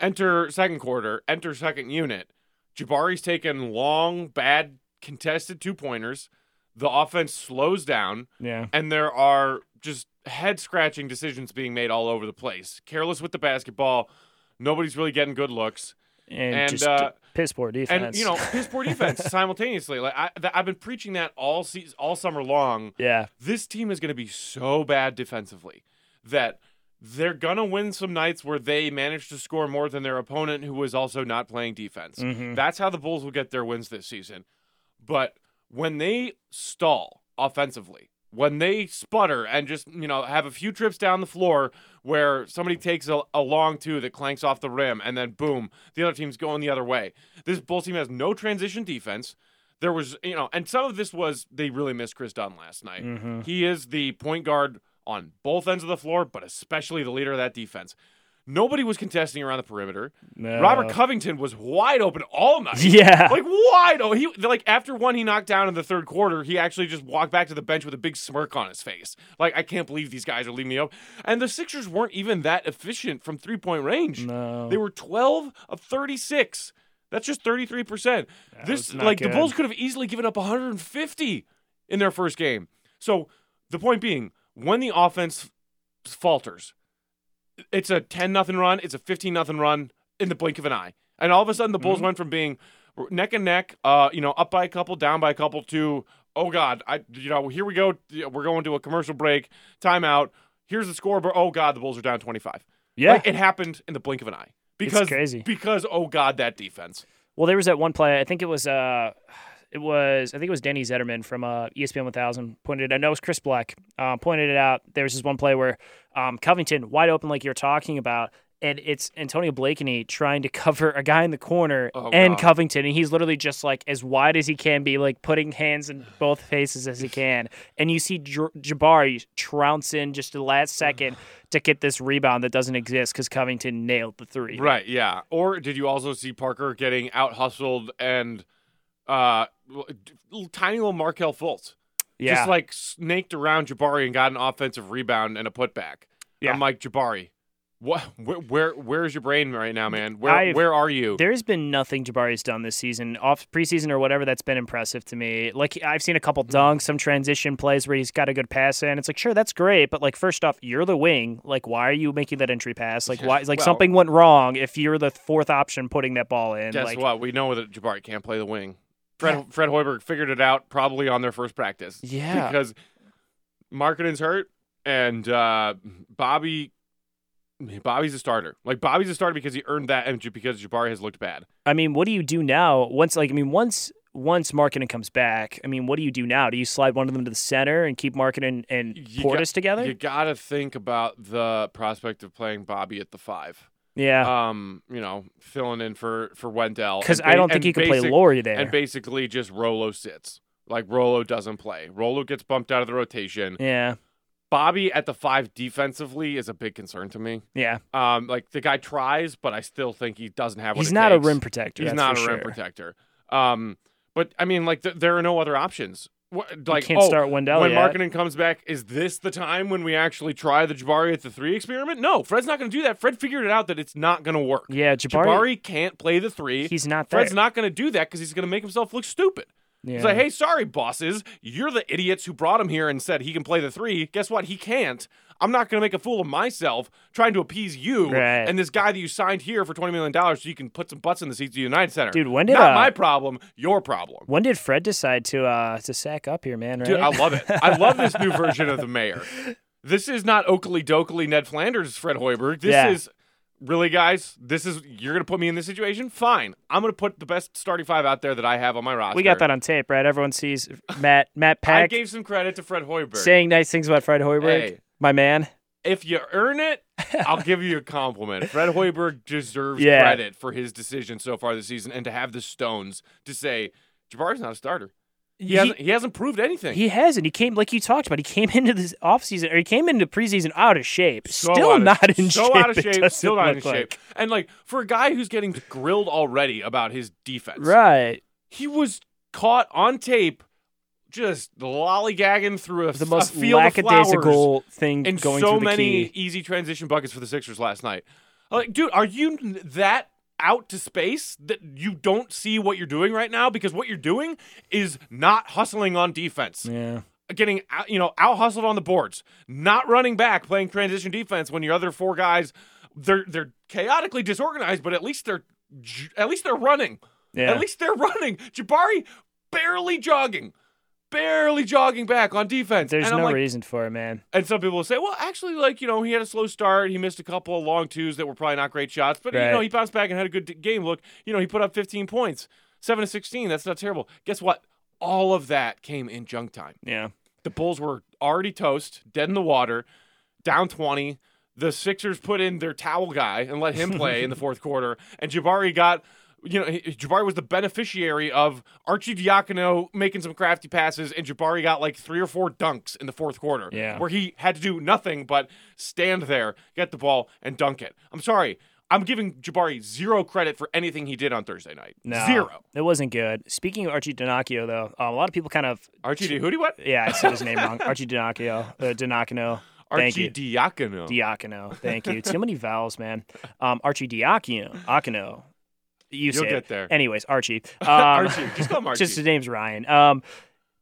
Speaker 2: Enter second quarter, enter second unit. Jabari's taken long, bad, contested two pointers. The offense slows down,
Speaker 3: Yeah.
Speaker 2: and there are just head scratching decisions being made all over the place. Careless with the basketball. Nobody's really getting good looks.
Speaker 3: And,
Speaker 2: And,
Speaker 3: just
Speaker 2: uh,
Speaker 3: piss poor defense.
Speaker 2: And you know, piss poor defense simultaneously. Like I, th- I've been preaching that all season, all summer long.
Speaker 3: yeah.
Speaker 2: This team is going to be so bad defensively that they're going to win some nights where they manage to score more than their opponent, who is also not playing defense.
Speaker 3: Mhm.
Speaker 2: That's how the Bulls will get their wins this season. But when they stall offensively, when they sputter and just, you know, have a few trips down the floor where somebody takes a, a long two that clanks off the rim and then boom, the other team's going the other way. This Bulls team has no transition defense. There was, you know, and some of this was they really missed Chris Dunn last night.
Speaker 3: Mhm.
Speaker 2: He is the point guard on both ends of the floor, but especially the leader of that defense. Nobody was contesting around the perimeter. Robert
Speaker 3: No.
Speaker 2: Covington was wide open all night.
Speaker 3: Yeah.
Speaker 2: Like wide open. He like after one he knocked down in the third quarter, he actually just walked back to the bench with a big smirk on his face. Like I can't believe these guys are leaving me open. And the Sixers weren't even that efficient from three point range.
Speaker 3: no.
Speaker 2: They were 12 of 36. That's just 33%. this
Speaker 3: was not
Speaker 2: like the
Speaker 3: good.
Speaker 2: Bulls could have easily given up 150 in their first game. So the point being, when the offense falters, it's a 10 nothing run, it's a 15 nothing run in the blink of an eye. And all of a sudden the Bulls
Speaker 3: Mm-hmm.
Speaker 2: went from being neck and neck, uh, you know, up by a couple, down by a couple to oh god, I you know, here we go, we're going to a commercial break, timeout. Here's the scoreboard. Oh god, the Bulls are down 25.
Speaker 3: yeah.
Speaker 2: Like, it happened in the blink of an eye. Because
Speaker 3: crazy.
Speaker 2: because oh god that defense.
Speaker 3: Well, there was that one play. I think it was. Uh, it was. I think it was Danny Zetterman from uh, ESPN 1000 pointed. I know it was Chris Black uh, pointed it out. There was this one play where um, Covington wide open, like you're talking about. And it's Antonio Blakeney trying to cover a guy in the corner
Speaker 2: Oh,
Speaker 3: and
Speaker 2: God.
Speaker 3: Covington, and he's literally just like as wide as he can be, like putting hands in both faces as he can. And you see J- Jabari trounce in just the last second to get this rebound that doesn't exist because Covington nailed the three.
Speaker 2: Right, yeah. Or did you also see Parker getting out hustled and uh l- d- tiny little Markel Fultz
Speaker 3: Yeah.
Speaker 2: just like snaked around Jabari and got an offensive rebound and a putback.
Speaker 3: Yeah.
Speaker 2: I'm like Jabari, what where where, where is your brain right now, man? Where
Speaker 3: I've-
Speaker 2: where are you?
Speaker 3: There's been nothing Jabari's done this season, off preseason or whatever, that's been impressive to me. Like I've seen a couple
Speaker 2: Hmm.
Speaker 3: dunks, some transition plays where he's got a good pass in. It's like, sure, that's great, but like first off, you're the wing. Like, why are you making that entry pass? Like, why? Like
Speaker 2: Well-
Speaker 3: something went wrong if you're the fourth option putting that ball in.
Speaker 2: Guess
Speaker 3: like,
Speaker 2: what? We know that Jabari can't play the wing. Fred Fred Hoiberg figured it out probably on their first practice.
Speaker 3: Yeah.
Speaker 2: Because marketing's hurt and uh, Bobby Bobby's a starter. Like Bobby's a starter because he earned that and ju- because Jabari has looked bad.
Speaker 3: I mean, what do you do now? Once, like, I mean, once once marketing comes back, I mean, what do you do now? Do you slide one of them to the center and keep marketing and
Speaker 2: You got-
Speaker 3: Portis together?
Speaker 2: You gotta think about the prospect of playing Bobby at the five.
Speaker 3: yeah,
Speaker 2: Um, you know, filling in for for Wendell.
Speaker 3: because
Speaker 2: Oh, and
Speaker 3: I
Speaker 2: ba-
Speaker 3: don't think
Speaker 2: and
Speaker 3: you can play
Speaker 2: basic-
Speaker 3: Laurie there.
Speaker 2: And basically just Rolo sits. Like Rolo doesn't play. Rolo gets bumped out of the rotation.
Speaker 3: yeah,
Speaker 2: Bobby at the five defensively is a big concern to me.
Speaker 3: yeah.
Speaker 2: Um, like the guy tries, but I still think he doesn't have. What
Speaker 3: He's
Speaker 2: it
Speaker 3: not
Speaker 2: takes.
Speaker 3: a rim protector.
Speaker 2: He's
Speaker 3: that's
Speaker 2: not
Speaker 3: for
Speaker 2: a rim
Speaker 3: sure.
Speaker 2: protector. Um, but I mean, like th- there are no other options. What, like
Speaker 3: you can't
Speaker 2: oh,
Speaker 3: start Wendell
Speaker 2: when
Speaker 3: yet.
Speaker 2: marketing comes back, is this the time when we actually try the Jabari at the three experiment? No, Fred's not going to do that. Fred figured it out that it's not going to work.
Speaker 3: yeah,
Speaker 2: Jabari,
Speaker 3: Jabari,
Speaker 2: can't play the three.
Speaker 3: he's not there.
Speaker 2: Fred's not going to do that because he's going to make himself look stupid.
Speaker 3: yeah.
Speaker 2: It's like, hey, sorry, bosses. You're the idiots who brought him here and said he can play the three. Guess what? He can't. I'm not going to make a fool of myself trying to appease you
Speaker 3: Right.
Speaker 2: and this guy that you signed here for $20 million so you can put some butts in the seats of the United Center.
Speaker 3: Dude, when did,
Speaker 2: Not
Speaker 3: uh,
Speaker 2: my problem, your problem.
Speaker 3: When did Fred decide to uh to sack up here, man? Right?
Speaker 2: Dude, I love it. I love this new version of the mayor. This is not Oakley Dokley Ned Flanders, Fred Hoiberg. This
Speaker 3: Yeah.
Speaker 2: is really, guys. This is you're gonna put me in this situation. Fine, I'm gonna put the best starting five out there that I have on my roster.
Speaker 3: we got that on tape, right? Everyone sees Matt Matt
Speaker 2: I
Speaker 3: Pack
Speaker 2: gave some credit to Fred Hoiberg.
Speaker 3: saying nice things about Fred Hoiberg,
Speaker 2: Hey.
Speaker 3: my man.
Speaker 2: if you earn it, I'll give you a compliment. Fred Hoiberg deserves
Speaker 3: Yeah.
Speaker 2: credit for his decision so far this season and to have the stones to say Jabari's not a starter. He, hasn't, he hasn't proved anything.
Speaker 3: He hasn't. He came like you talked about. He came into this offseason or he came into preseason out of shape.
Speaker 2: So
Speaker 3: still
Speaker 2: out of-
Speaker 3: not in
Speaker 2: so
Speaker 3: shape.
Speaker 2: out of
Speaker 3: it
Speaker 2: shape.
Speaker 3: doesn't
Speaker 2: Still not in
Speaker 3: look
Speaker 2: shape.
Speaker 3: like.
Speaker 2: And like for a guy who's getting grilled already about his defense,
Speaker 3: Right.
Speaker 2: he was caught on tape just lollygagging through a,
Speaker 3: The
Speaker 2: a
Speaker 3: most
Speaker 2: field of flowers
Speaker 3: lackadaisical thing
Speaker 2: and
Speaker 3: going
Speaker 2: so
Speaker 3: through the
Speaker 2: many
Speaker 3: key.
Speaker 2: easy transition buckets for the Sixers last night. Like, dude, are you n- that out to space that you don't see what you're doing right now? Because what you're doing is not hustling on defense
Speaker 3: Yeah.
Speaker 2: getting out, you know out hustled on the boards, not running back, playing transition defense when your other four guys they're they're chaotically disorganized, but at least they're j- at least they're running.
Speaker 3: Yeah.
Speaker 2: At least they're running. Jabari barely jogging, barely jogging back on defense.
Speaker 3: There's
Speaker 2: and I'm
Speaker 3: no
Speaker 2: like,
Speaker 3: reason for it, man.
Speaker 2: and some people will say, well, actually, like, you know, he had a slow start. He missed a couple of long twos that were probably not great shots, but, you know,
Speaker 3: Right.
Speaker 2: he bounced back and had a good d- game. Look, you know, he put up 15 points, 7 to 16. That's not terrible. Guess what? All of that came in junk time
Speaker 3: Yeah.
Speaker 2: the Bulls were already toast, dead in the water, down 20. The Sixers put in their towel guy and let him play in the fourth quarter, and Jabari got. You know, he- Jabari was the beneficiary of Archie Diacono making some crafty passes, and Jabari got like three or four dunks in the fourth quarter,
Speaker 3: Yeah.
Speaker 2: where he had to do nothing but stand there, get the ball, and dunk it. I'm sorry, I'm giving Jabari zero credit for anything he did on Thursday night.
Speaker 3: No.
Speaker 2: Zero.
Speaker 3: It wasn't good. Speaking of Archie Donacchio, though, uh, a lot of people kind of
Speaker 2: Archie Di, who do you what?
Speaker 3: yeah, I said his name wrong. Archie Donacchio. Uh, Donacchio. Thank
Speaker 2: Archie
Speaker 3: you.
Speaker 2: Diacono.
Speaker 3: Diacono. Thank you. Too many vowels, man. Um, Archie Diacono. Diacono. You
Speaker 2: You'll
Speaker 3: say
Speaker 2: get
Speaker 3: it.
Speaker 2: there.
Speaker 3: Anyways, Archie. Um,
Speaker 2: Archie. Just call him Archie.
Speaker 3: Just his name's Ryan. Um,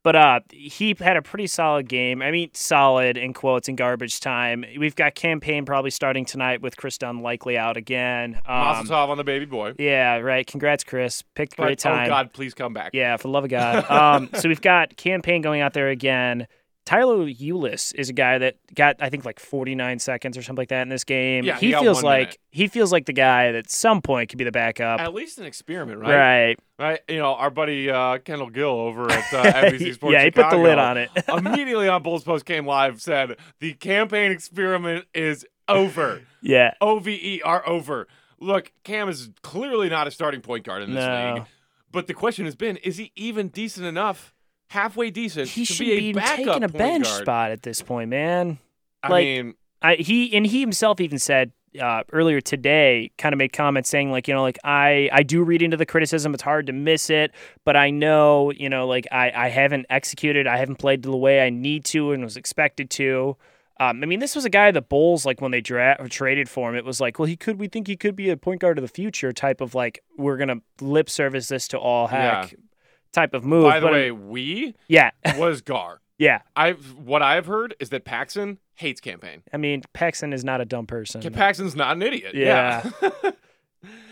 Speaker 3: but uh, he had a pretty solid game. I mean, solid in quotes in garbage time. We've got campaign probably starting tonight with Chris Dunn likely out again. Um,
Speaker 2: Mazel tov on the baby boy.
Speaker 3: yeah, right. Congrats, Chris. Picked a
Speaker 2: But,
Speaker 3: great time.
Speaker 2: Oh God, please come back.
Speaker 3: Yeah, for the love of God. Um, so we've got campaign going out there again. Tyler Eulis is a guy that got I think like 49 seconds or something like that in this game.
Speaker 2: Yeah, he
Speaker 3: he
Speaker 2: got
Speaker 3: feels
Speaker 2: one
Speaker 3: like
Speaker 2: minute.
Speaker 3: he feels like the guy that at some point could be the backup.
Speaker 2: At least an experiment, right?
Speaker 3: right.
Speaker 2: Right. You know, our buddy uh, Kendall Gill over at uh, NBC Sports.
Speaker 3: yeah, he put the
Speaker 2: Chicago,
Speaker 3: lid on it.
Speaker 2: immediately on Bulls Post came live said the campaign experiment is over.
Speaker 3: yeah.
Speaker 2: O V E are over. Look, Cam is clearly not a starting point guard in this
Speaker 3: No.
Speaker 2: league. But the question has been: Is he even decent enough? Halfway decent
Speaker 3: He
Speaker 2: to
Speaker 3: should
Speaker 2: be a
Speaker 3: be
Speaker 2: backup
Speaker 3: taking a
Speaker 2: point
Speaker 3: bench
Speaker 2: guard.
Speaker 3: spot at this point, man.
Speaker 2: I
Speaker 3: like-
Speaker 2: mean,
Speaker 3: I, he and he himself even said uh, earlier today, kind of made comments saying like, you know, like I I do read into the criticism. It's hard to miss it, but I know, you know, like I I haven't executed. I haven't played the way I need to and was expected to. Um, I mean, this was a guy the Bulls like when they dra- or traded for him. It was like, well, he could. We think he could be a point guard of the future type of like we're gonna lip service this to all hack type of move.
Speaker 2: by the
Speaker 3: But,
Speaker 2: way, we
Speaker 3: yeah,
Speaker 2: was Gar.
Speaker 3: yeah.
Speaker 2: I what I've heard is that Paxson hates campaign.
Speaker 3: I mean, Paxson is not a dumb person.
Speaker 2: Paxson's not an idiot.
Speaker 3: Yeah.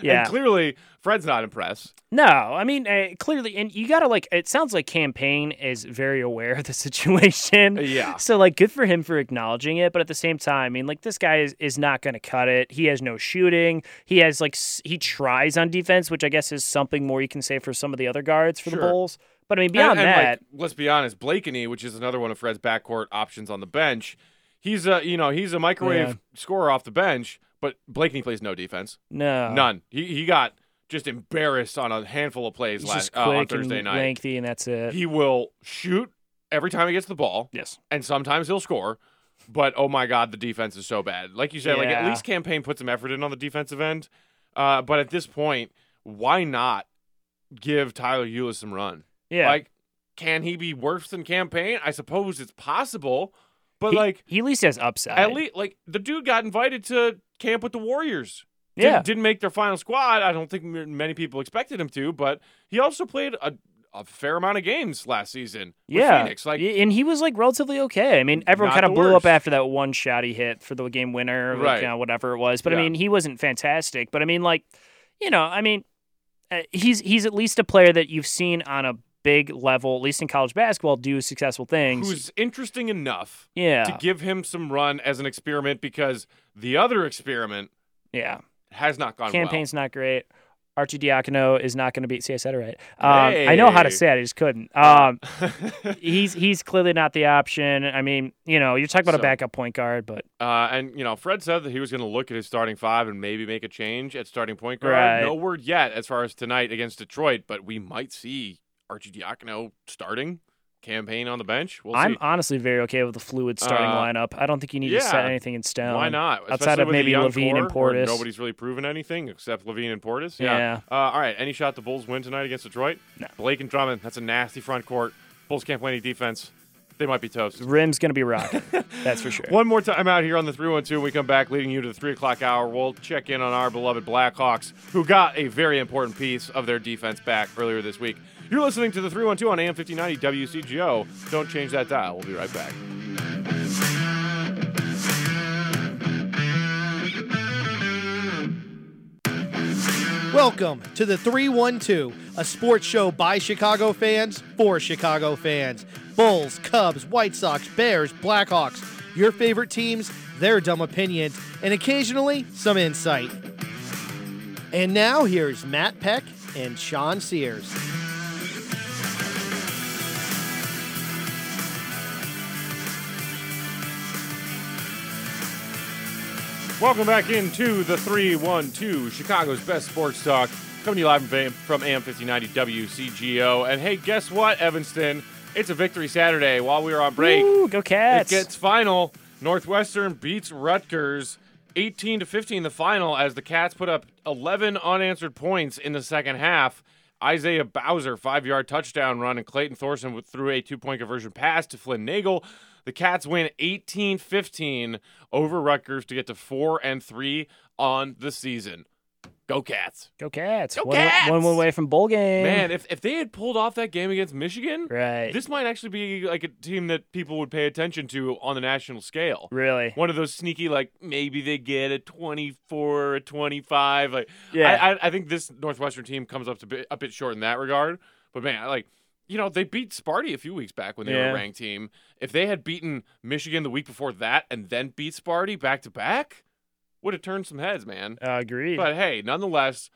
Speaker 3: yeah.
Speaker 2: And clearly, Fred's not impressed.
Speaker 3: No, I mean uh, clearly, and you gotta like. It sounds like campaign is very aware of the situation.
Speaker 2: Yeah.
Speaker 3: So like, good for him for acknowledging it, but at the same time, I mean, like this guy is, is not gonna cut it. He has no shooting. He has like s- he tries on defense, which I guess is something more you can say for some of the other guards for
Speaker 2: Sure.
Speaker 3: the Bulls. But I mean, beyond
Speaker 2: and,
Speaker 3: that,
Speaker 2: like, let's be honest, Blakeney, which is another one of Fred's backcourt options on the bench, he's a you know he's a microwave
Speaker 3: Yeah.
Speaker 2: scorer off the bench, but Blakeney plays no defense,
Speaker 3: no,
Speaker 2: none. He he got just embarrassed on a handful of plays
Speaker 3: He's
Speaker 2: last
Speaker 3: just
Speaker 2: uh, on
Speaker 3: quick
Speaker 2: Thursday
Speaker 3: and
Speaker 2: night.
Speaker 3: lengthy, and that's it.
Speaker 2: He will shoot every time he gets the ball.
Speaker 3: yes.
Speaker 2: and sometimes he'll score. But oh my God, the defense is so bad. Like you said, like at
Speaker 3: Yeah.
Speaker 2: least campaign put some effort in on the defensive end. Uh, but at this point, why not give Tyler Eulis some run?
Speaker 3: Yeah.
Speaker 2: Like, can he be worse than campaign? I suppose it's possible. But
Speaker 3: he,
Speaker 2: like,
Speaker 3: he at least has upside.
Speaker 2: at least like the dude got invited to camp with the Warriors. Didn't-
Speaker 3: yeah.
Speaker 2: didn't, make their final squad. I don't think m- many people expected him to. But he also played a, a fair amount of games last season. With
Speaker 3: yeah,
Speaker 2: Phoenix. Like
Speaker 3: Y- and he was like relatively okay. I mean, everyone
Speaker 2: Not
Speaker 3: kind of
Speaker 2: the
Speaker 3: blew
Speaker 2: worst.
Speaker 3: up after that one shot he hit for the game winner,
Speaker 2: Right.
Speaker 3: like, you know, whatever it was. But
Speaker 2: Yeah.
Speaker 3: I mean, he wasn't fantastic. But I mean, like, you know, I mean, uh, he's he's at least a player that you've seen on a big level, at least in college basketball, do successful things.
Speaker 2: who's interesting enough
Speaker 3: yeah,
Speaker 2: to give him some run as an experiment because the other experiment
Speaker 3: yeah.
Speaker 2: has not gone
Speaker 3: Campaign's not great. Archie Diacono is not going to be. See, I said it right. Um, I know how to
Speaker 2: Hey.
Speaker 3: say it. I just couldn't. Um,
Speaker 2: well.
Speaker 3: he's he's clearly not the option. I mean, you know, you're talking about
Speaker 2: So-
Speaker 3: a backup point guard, but
Speaker 2: uh, and you know, Fred said that he was going to look at his starting five and maybe make a change at starting point guard.
Speaker 3: Right.
Speaker 2: No word yet as far as tonight against Detroit, but we might see Archie Diacono starting, campaign on the bench. We'll
Speaker 3: I'm
Speaker 2: see.
Speaker 3: honestly very okay with the fluid starting
Speaker 2: Uh,
Speaker 3: lineup. I don't think you need
Speaker 2: yeah.
Speaker 3: to set anything in stone.
Speaker 2: Why not?
Speaker 3: Um, Outside
Speaker 2: Especially
Speaker 3: of
Speaker 2: with the
Speaker 3: maybe
Speaker 2: young
Speaker 3: Levine and
Speaker 2: core, where
Speaker 3: Portis.
Speaker 2: Nobody's really proven anything except Levine and Portis. Yeah.
Speaker 3: Yeah.
Speaker 2: Uh, all right. Any shot the Bulls win tonight against Detroit?
Speaker 3: No.
Speaker 2: Blake and Drummond. That's a nasty front court. Bulls can't play any defense. They might be toast.
Speaker 3: Rim's gonna be rocking. That's for sure.
Speaker 2: One more time out here on the 312. When we come back, leading you to the 3 o'clock hour, we'll check in on our beloved Blackhawks, who got a very important piece of their defense back earlier this week. You're listening to the 312 on AM 1590 WCGO. Don't change that dial. We'll be right back.
Speaker 1: Welcome to the 312, a sports show by Chicago fans for Chicago fans. Bulls, Cubs, White Sox, Bears, Blackhawks, your favorite teams, their dumb opinions, and occasionally some insight. And now here's Matt Peck and Sean Sears.
Speaker 2: Welcome back into the 312, Chicago's best sports talk, coming to you live from AM- from AM 1590 WCGO. And hey, guess what, Evanston? It's a victory Saturday while we were on break.
Speaker 3: Woo, go
Speaker 2: It
Speaker 3: Cats!
Speaker 2: gets final. Northwestern beats Rutgers 18 to 15 in the final as the Cats put up 11 unanswered points in the second half. Isaiah Bowser, five yard touchdown run, and Clayton Thorson with- threw a two point conversion pass to Flynn Nagel. The Cats win 18 15 over Rutgers to get to 4 and 3 on the season. Go Cats.
Speaker 3: go Cats!
Speaker 2: Go
Speaker 3: one,
Speaker 2: Cats!
Speaker 3: one away from bowl game.
Speaker 2: Man, if, if they had pulled off that game against Michigan,
Speaker 3: right?
Speaker 2: this might actually be like a team that people would pay attention to on the national scale
Speaker 3: really?
Speaker 2: one of those sneaky like maybe they get a 24 or a 25 like
Speaker 3: Yeah.
Speaker 2: I, I, I think this northwestern team comes up to bi- a bit short in that regard but man like you know they beat sparty a few weeks back when they were
Speaker 3: Yeah.
Speaker 2: a ranked team if they had beaten michigan the week before that and then beat sparty back to back would have turned some heads man
Speaker 3: Uh, agreed.
Speaker 2: but hey nonetheless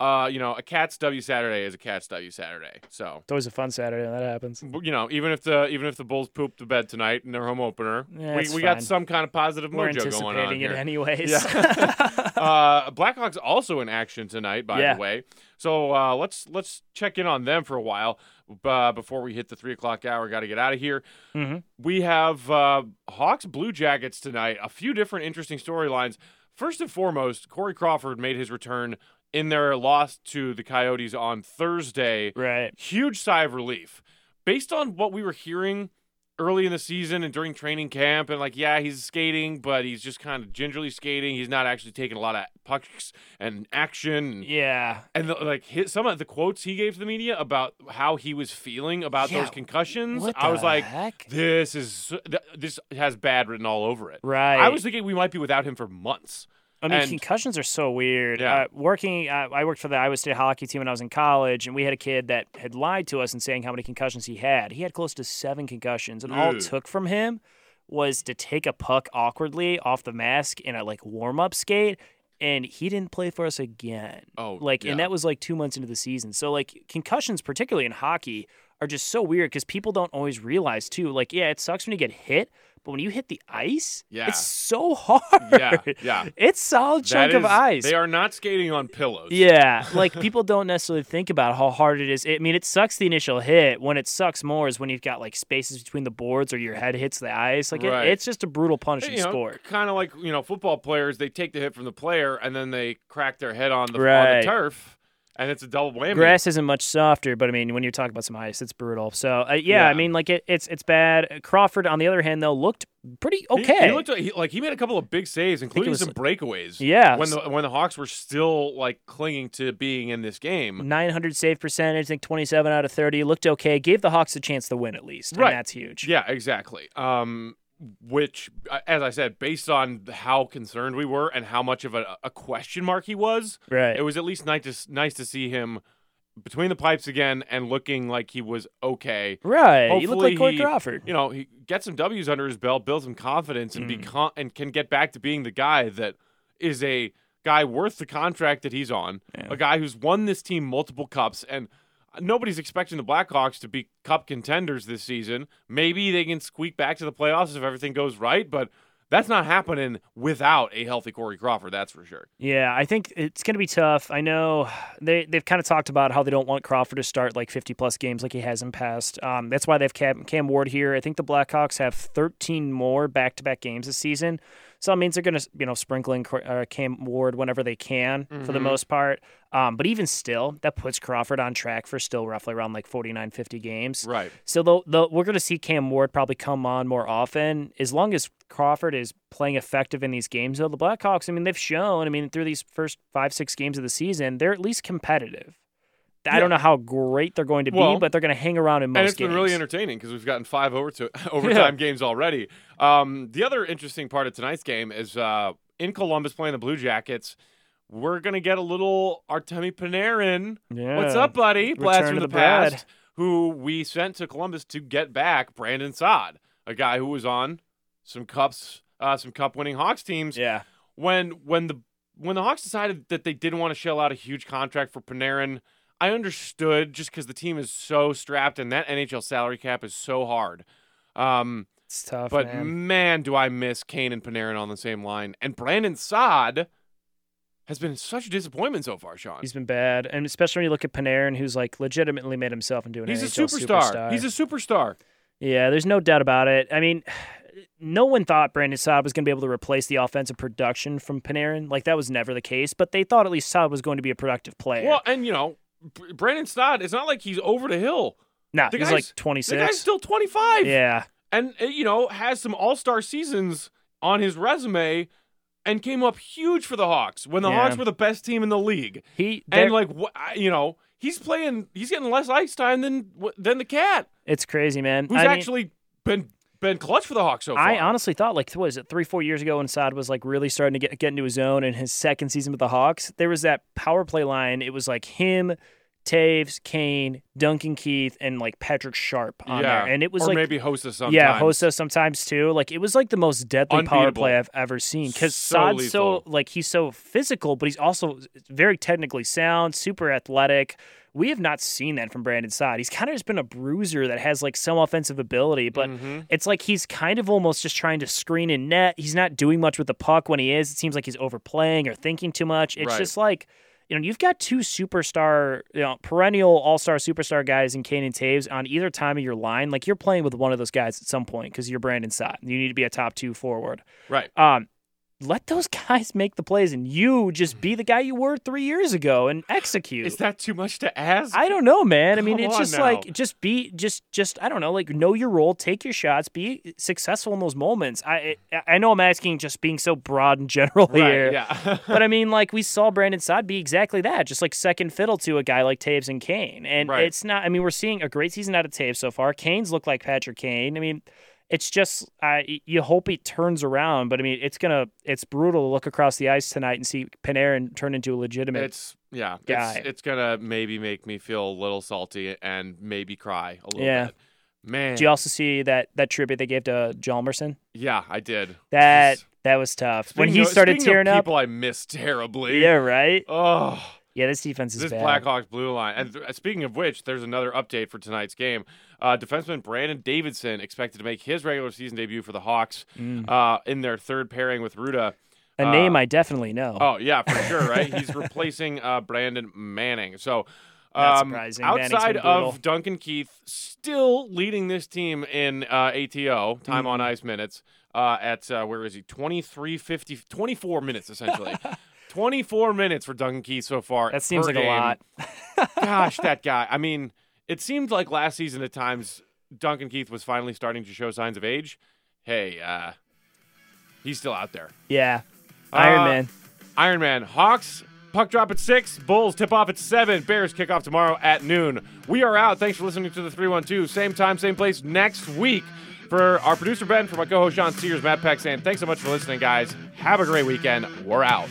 Speaker 2: uh, you know a cat's w saturday is a cat's w saturday so
Speaker 3: it's always a fun Saturday when that happens.
Speaker 2: you know, even if the even if the Bulls pooped the bed tonight in their home opener,
Speaker 3: Yeah,
Speaker 2: we,
Speaker 3: it's
Speaker 2: we
Speaker 3: fine.
Speaker 2: got some kind of positive
Speaker 3: We're
Speaker 2: mojo going on
Speaker 3: anticipating it
Speaker 2: here.
Speaker 3: anyways.
Speaker 2: uh, Blackhawks also in action tonight, by
Speaker 3: Yeah.
Speaker 2: the way. So uh, let's let's check in on them for a while uh, before we hit the three o'clock hour. Got to get out of here.
Speaker 3: Mhm.
Speaker 2: We have uh, Hawks Blue Jackets tonight. A few different interesting storylines. First and foremost, Corey Crawford made his return in their loss to the Coyotes on Thursday
Speaker 3: Right.
Speaker 2: huge sigh of relief based on what we were hearing early in the season and during training camp and like yeah he's skating but he's just kind of gingerly skating he's not actually taking a lot of pucks and action
Speaker 3: Yeah.
Speaker 2: and the, like his, some of the quotes he gave to the media about how he was feeling about
Speaker 3: Yeah,
Speaker 2: those concussions
Speaker 3: What
Speaker 2: i was
Speaker 3: the
Speaker 2: like
Speaker 3: heck?
Speaker 2: this is so- th- this has bad written all over it
Speaker 3: Right.
Speaker 2: i was thinking we might be without him for months
Speaker 3: I mean,
Speaker 2: And-
Speaker 3: concussions are so weird.
Speaker 2: Yeah.
Speaker 3: Uh, working, uh, I worked for the Iowa State hockey team when I was in college, and we had a kid that had lied to us and saying how many concussions he had. He had close to seven concussions, and all it
Speaker 2: Ugh.
Speaker 3: took from him was to take a puck awkwardly off the mask in a like warm up skate, and he didn't play for us again.
Speaker 2: Oh,
Speaker 3: like,
Speaker 2: yeah.
Speaker 3: and that was like two months into the season. So like concussions, particularly in hockey, are just so weird because people don't always realize too. Like, yeah, it sucks when you get hit. But when you hit the ice,
Speaker 2: Yeah.
Speaker 3: it's so hard.
Speaker 2: yeah yeah
Speaker 3: It's solid
Speaker 2: That
Speaker 3: chunk of
Speaker 2: is-
Speaker 3: ice.
Speaker 2: they are not skating on pillows
Speaker 3: yeah, like people don't necessarily think about how hard it is. I mean, it sucks the initial hit. When it sucks more is when you've got like spaces between the boards or your head hits the ice. Like it-
Speaker 2: Right.
Speaker 3: it's just a brutal punishing sport.
Speaker 2: Kind of like you know football players, they take the hit from the player and then they crack their head on the, on
Speaker 3: Right.
Speaker 2: the turf, and it's a double whammy.
Speaker 3: Grass isn't much softer, but I mean, when you're talking about some ice, it's brutal. So uh, yeah,
Speaker 2: Yeah.
Speaker 3: I mean, like it, it's it's bad. Crawford, on the other hand, though, looked pretty
Speaker 2: He-
Speaker 3: okay.
Speaker 2: He, looked like he, like he made a couple of big saves, including
Speaker 3: was-
Speaker 2: some breakaways.
Speaker 3: Yeah.
Speaker 2: When the when the Hawks were still like clinging to being in this game.
Speaker 3: 900 save percentage, I think 27 out of 30. Looked okay. Gave the Hawks a chance to win at least.
Speaker 2: Right.
Speaker 3: And that's huge.
Speaker 2: Yeah, exactly. Um, which, uh, as I said, based on how concerned we were and how much of a, a question mark he was,
Speaker 3: Right.
Speaker 2: it was at least nice to nice to see him between the pipes again and looking like he was okay.
Speaker 3: right. you look
Speaker 2: Hopefully
Speaker 3: like Corey
Speaker 2: he-
Speaker 3: Crawford.
Speaker 2: you know, he gets some W's under his belt, builds some confidence, and be con- and can get back to being the guy that is a guy worth the contract that he's on, a guy who's won this team multiple cups, and nobody's expecting the Blackhawks to be cup contenders this season. Maybe they can squeak back to the playoffs if everything goes right, but That's not happening without a healthy Corey Crawford, that's for sure.
Speaker 3: Yeah, I think it's going to be tough. I know they they've kind of talked about how they don't want Crawford to start like 50 plus games like he has in past. Um, that's why they have Cam, Cam Ward here. I think the Blackhawks have 13 more back to back games this season, so that means they're going to you know sprinkle in Cor- uh, Cam Ward whenever they can for the most part. Um, but even still, that puts Crawford on track for still roughly around like 49 50 games.
Speaker 2: Right.
Speaker 3: So though, though we're going to see Cam Ward probably come on more often as long as Crawford is playing effective in these games. Though the Blackhawks, I mean, they've shown, I mean, through these first five six games of the season, they're at least competitive. I don't know how great they're going to be,
Speaker 2: Well,
Speaker 3: but they're going to hang around in most
Speaker 2: and it's
Speaker 3: games.
Speaker 2: been really entertaining because we've gotten five overto- overtime games already. Um, the other interesting part of tonight's game is uh, in Columbus playing the Blue Jackets. We're gonna get a little Artemi Panarin.
Speaker 3: Yeah.
Speaker 2: What's up, buddy? Blast
Speaker 3: Return
Speaker 2: from
Speaker 3: to
Speaker 2: the,
Speaker 3: the
Speaker 2: past,
Speaker 3: pad.
Speaker 2: who we sent to Columbus to get back Brandon Sod, a guy who was on some cups, uh, some cup-winning Hawks teams
Speaker 3: Yeah.
Speaker 2: when when the when the Hawks decided that they didn't want to shell out a huge contract for Panarin, I understood just because the team is so strapped and that NHL salary cap is so hard. Um,
Speaker 3: It's tough,
Speaker 2: but
Speaker 3: man.
Speaker 2: man. do I miss Kane and Panarin on the same line. And Brandon Saad has been such a disappointment so far, Sean.
Speaker 3: He's been bad, and especially when you look at Panarin, who's like legitimately made himself into an
Speaker 2: He's a
Speaker 3: NHL
Speaker 2: superstar.
Speaker 3: superstar.
Speaker 2: He's a superstar.
Speaker 3: Yeah, there's no doubt about it. I mean, no one thought Brandon Saad was going to be able to replace the offensive production from Panarin. Like that was never the case, but they thought at least Saad was going to be a productive player.
Speaker 2: Well, and you know, Br- Brandon Saad. It's not like he's over the hill.
Speaker 3: no,
Speaker 2: the
Speaker 3: he's
Speaker 2: guy's-
Speaker 3: like
Speaker 2: The guy's
Speaker 3: 26.
Speaker 2: still twenty five.
Speaker 3: Yeah,
Speaker 2: and uh, you know has some all-star seasons on his resume and came up huge for the Hawks when the
Speaker 3: Yeah.
Speaker 2: Hawks were the best team in the league.
Speaker 3: he
Speaker 2: And
Speaker 3: and
Speaker 2: like wh- I- you know, he's playing he's getting less ice time than wh- than the cat
Speaker 3: it's crazy, man.
Speaker 2: who's
Speaker 3: I mean,
Speaker 2: actually been been clutch for the Hawks so far.
Speaker 3: I honestly thought like what is it three four years ago when Saad was like really starting to get get into his own in his second season with the Hawks. There was that power play line. It was like him. Taves, Kane, Duncan Keith, and like Patrick Sharp on
Speaker 2: yeah.
Speaker 3: there, and it was
Speaker 2: or
Speaker 3: like
Speaker 2: maybe Hosta sometimes.
Speaker 3: Yeah, Hosa sometimes too. Like it was like the most deadly power
Speaker 2: Unbeatable.
Speaker 3: play I've ever seen because
Speaker 2: So
Speaker 3: Saad's
Speaker 2: lethal.
Speaker 3: so like he's so physical, but he's also very technically sound, super athletic. We have not seen that from Brandon Saad. He's kind of just been a bruiser that has like some offensive ability, but
Speaker 2: Mhm.
Speaker 3: it's like he's kind of almost just trying to screen and net. He's not doing much with the puck when he is. It seems like he's overplaying or thinking too much. It's
Speaker 2: Right.
Speaker 3: just like you know, you've got two superstar, you know, perennial all-star superstar guys in Kane and Taves on either time of your line. Like you're playing with one of those guys at some point because you're Brandon Stott. You need to be a top two forward.
Speaker 2: Right.
Speaker 3: Um, let those guys make the plays, and you just be the guy you were three years ago and execute.
Speaker 2: Is that too much to ask?
Speaker 3: I don't know, man. I mean,
Speaker 2: Come
Speaker 3: it's
Speaker 2: on
Speaker 3: just
Speaker 2: now.
Speaker 3: like just be just just I don't know, like know your role, take your shots, be successful in those moments. I I, I know I'm asking just being so broad and general
Speaker 2: Right,
Speaker 3: here.
Speaker 2: Yeah.
Speaker 3: But I mean, like we saw Brandon Saad be exactly that, just like second fiddle to a guy like Taves and Kane. And
Speaker 2: Right.
Speaker 3: it's not. I mean, we're seeing a great season out of Taves so far. Kane's looked like Patrick Kane. I mean, it's just I you hope he turns around, but I mean, it's gonna it's brutal to look across the ice tonight and see Panarin turn into a legitimate.
Speaker 2: it's yeah,
Speaker 3: Guy.
Speaker 2: it's it's gonna maybe make me feel a little salty and maybe cry a little
Speaker 3: Yeah.
Speaker 2: bit. Man,
Speaker 3: Do you also see that that tribute they gave to Jalmerson?
Speaker 2: yeah, I did.
Speaker 3: That
Speaker 2: Just-
Speaker 3: that was tough. when
Speaker 2: Speaking
Speaker 3: he
Speaker 2: of-
Speaker 3: started
Speaker 2: speaking of
Speaker 3: tearing up,
Speaker 2: people I miss terribly.
Speaker 3: yeah, right.
Speaker 2: Oh,
Speaker 3: Yeah, this defense is
Speaker 2: this
Speaker 3: bad.
Speaker 2: Blackhawks blue line. And th- speaking of which, there's another update for tonight's game. Uh, defenseman Brandon Davidson expected to make his regular season debut for the Hawks
Speaker 3: Mm.
Speaker 2: uh, in their third pairing with Ruda.
Speaker 3: a
Speaker 2: uh,
Speaker 3: name I definitely know.
Speaker 2: Oh yeah, for sure, right? He's replacing uh, Brandon Manning. So.
Speaker 3: Not
Speaker 2: Um,
Speaker 3: surprising. Manning's been
Speaker 2: outside
Speaker 3: brutal.
Speaker 2: of Duncan Keith, still leading this team in uh, ATO time
Speaker 3: Mm-hmm.
Speaker 2: on ice minutes uh, at uh, where is he? 23, 50, 24 minutes essentially. 24 minutes for Duncan Keith so far.
Speaker 3: that seems
Speaker 2: per
Speaker 3: like a
Speaker 2: game.
Speaker 3: lot.
Speaker 2: Gosh, that guy. I mean, it seemed like last season at times Duncan Keith was finally starting to show signs of age. Hey, uh, he's still out there.
Speaker 3: Yeah. Iron
Speaker 2: Uh,
Speaker 3: Man.
Speaker 2: Iron Man, Hawks, puck drop at six, Bulls tip off at seven, Bears kick off tomorrow at noon. We are out. Thanks for listening to the 312. Same time, same place next week. For our producer Ben, for my co host Sean Sears, Matt Peck saying thanks so much for listening, guys. Have a great weekend. We're out.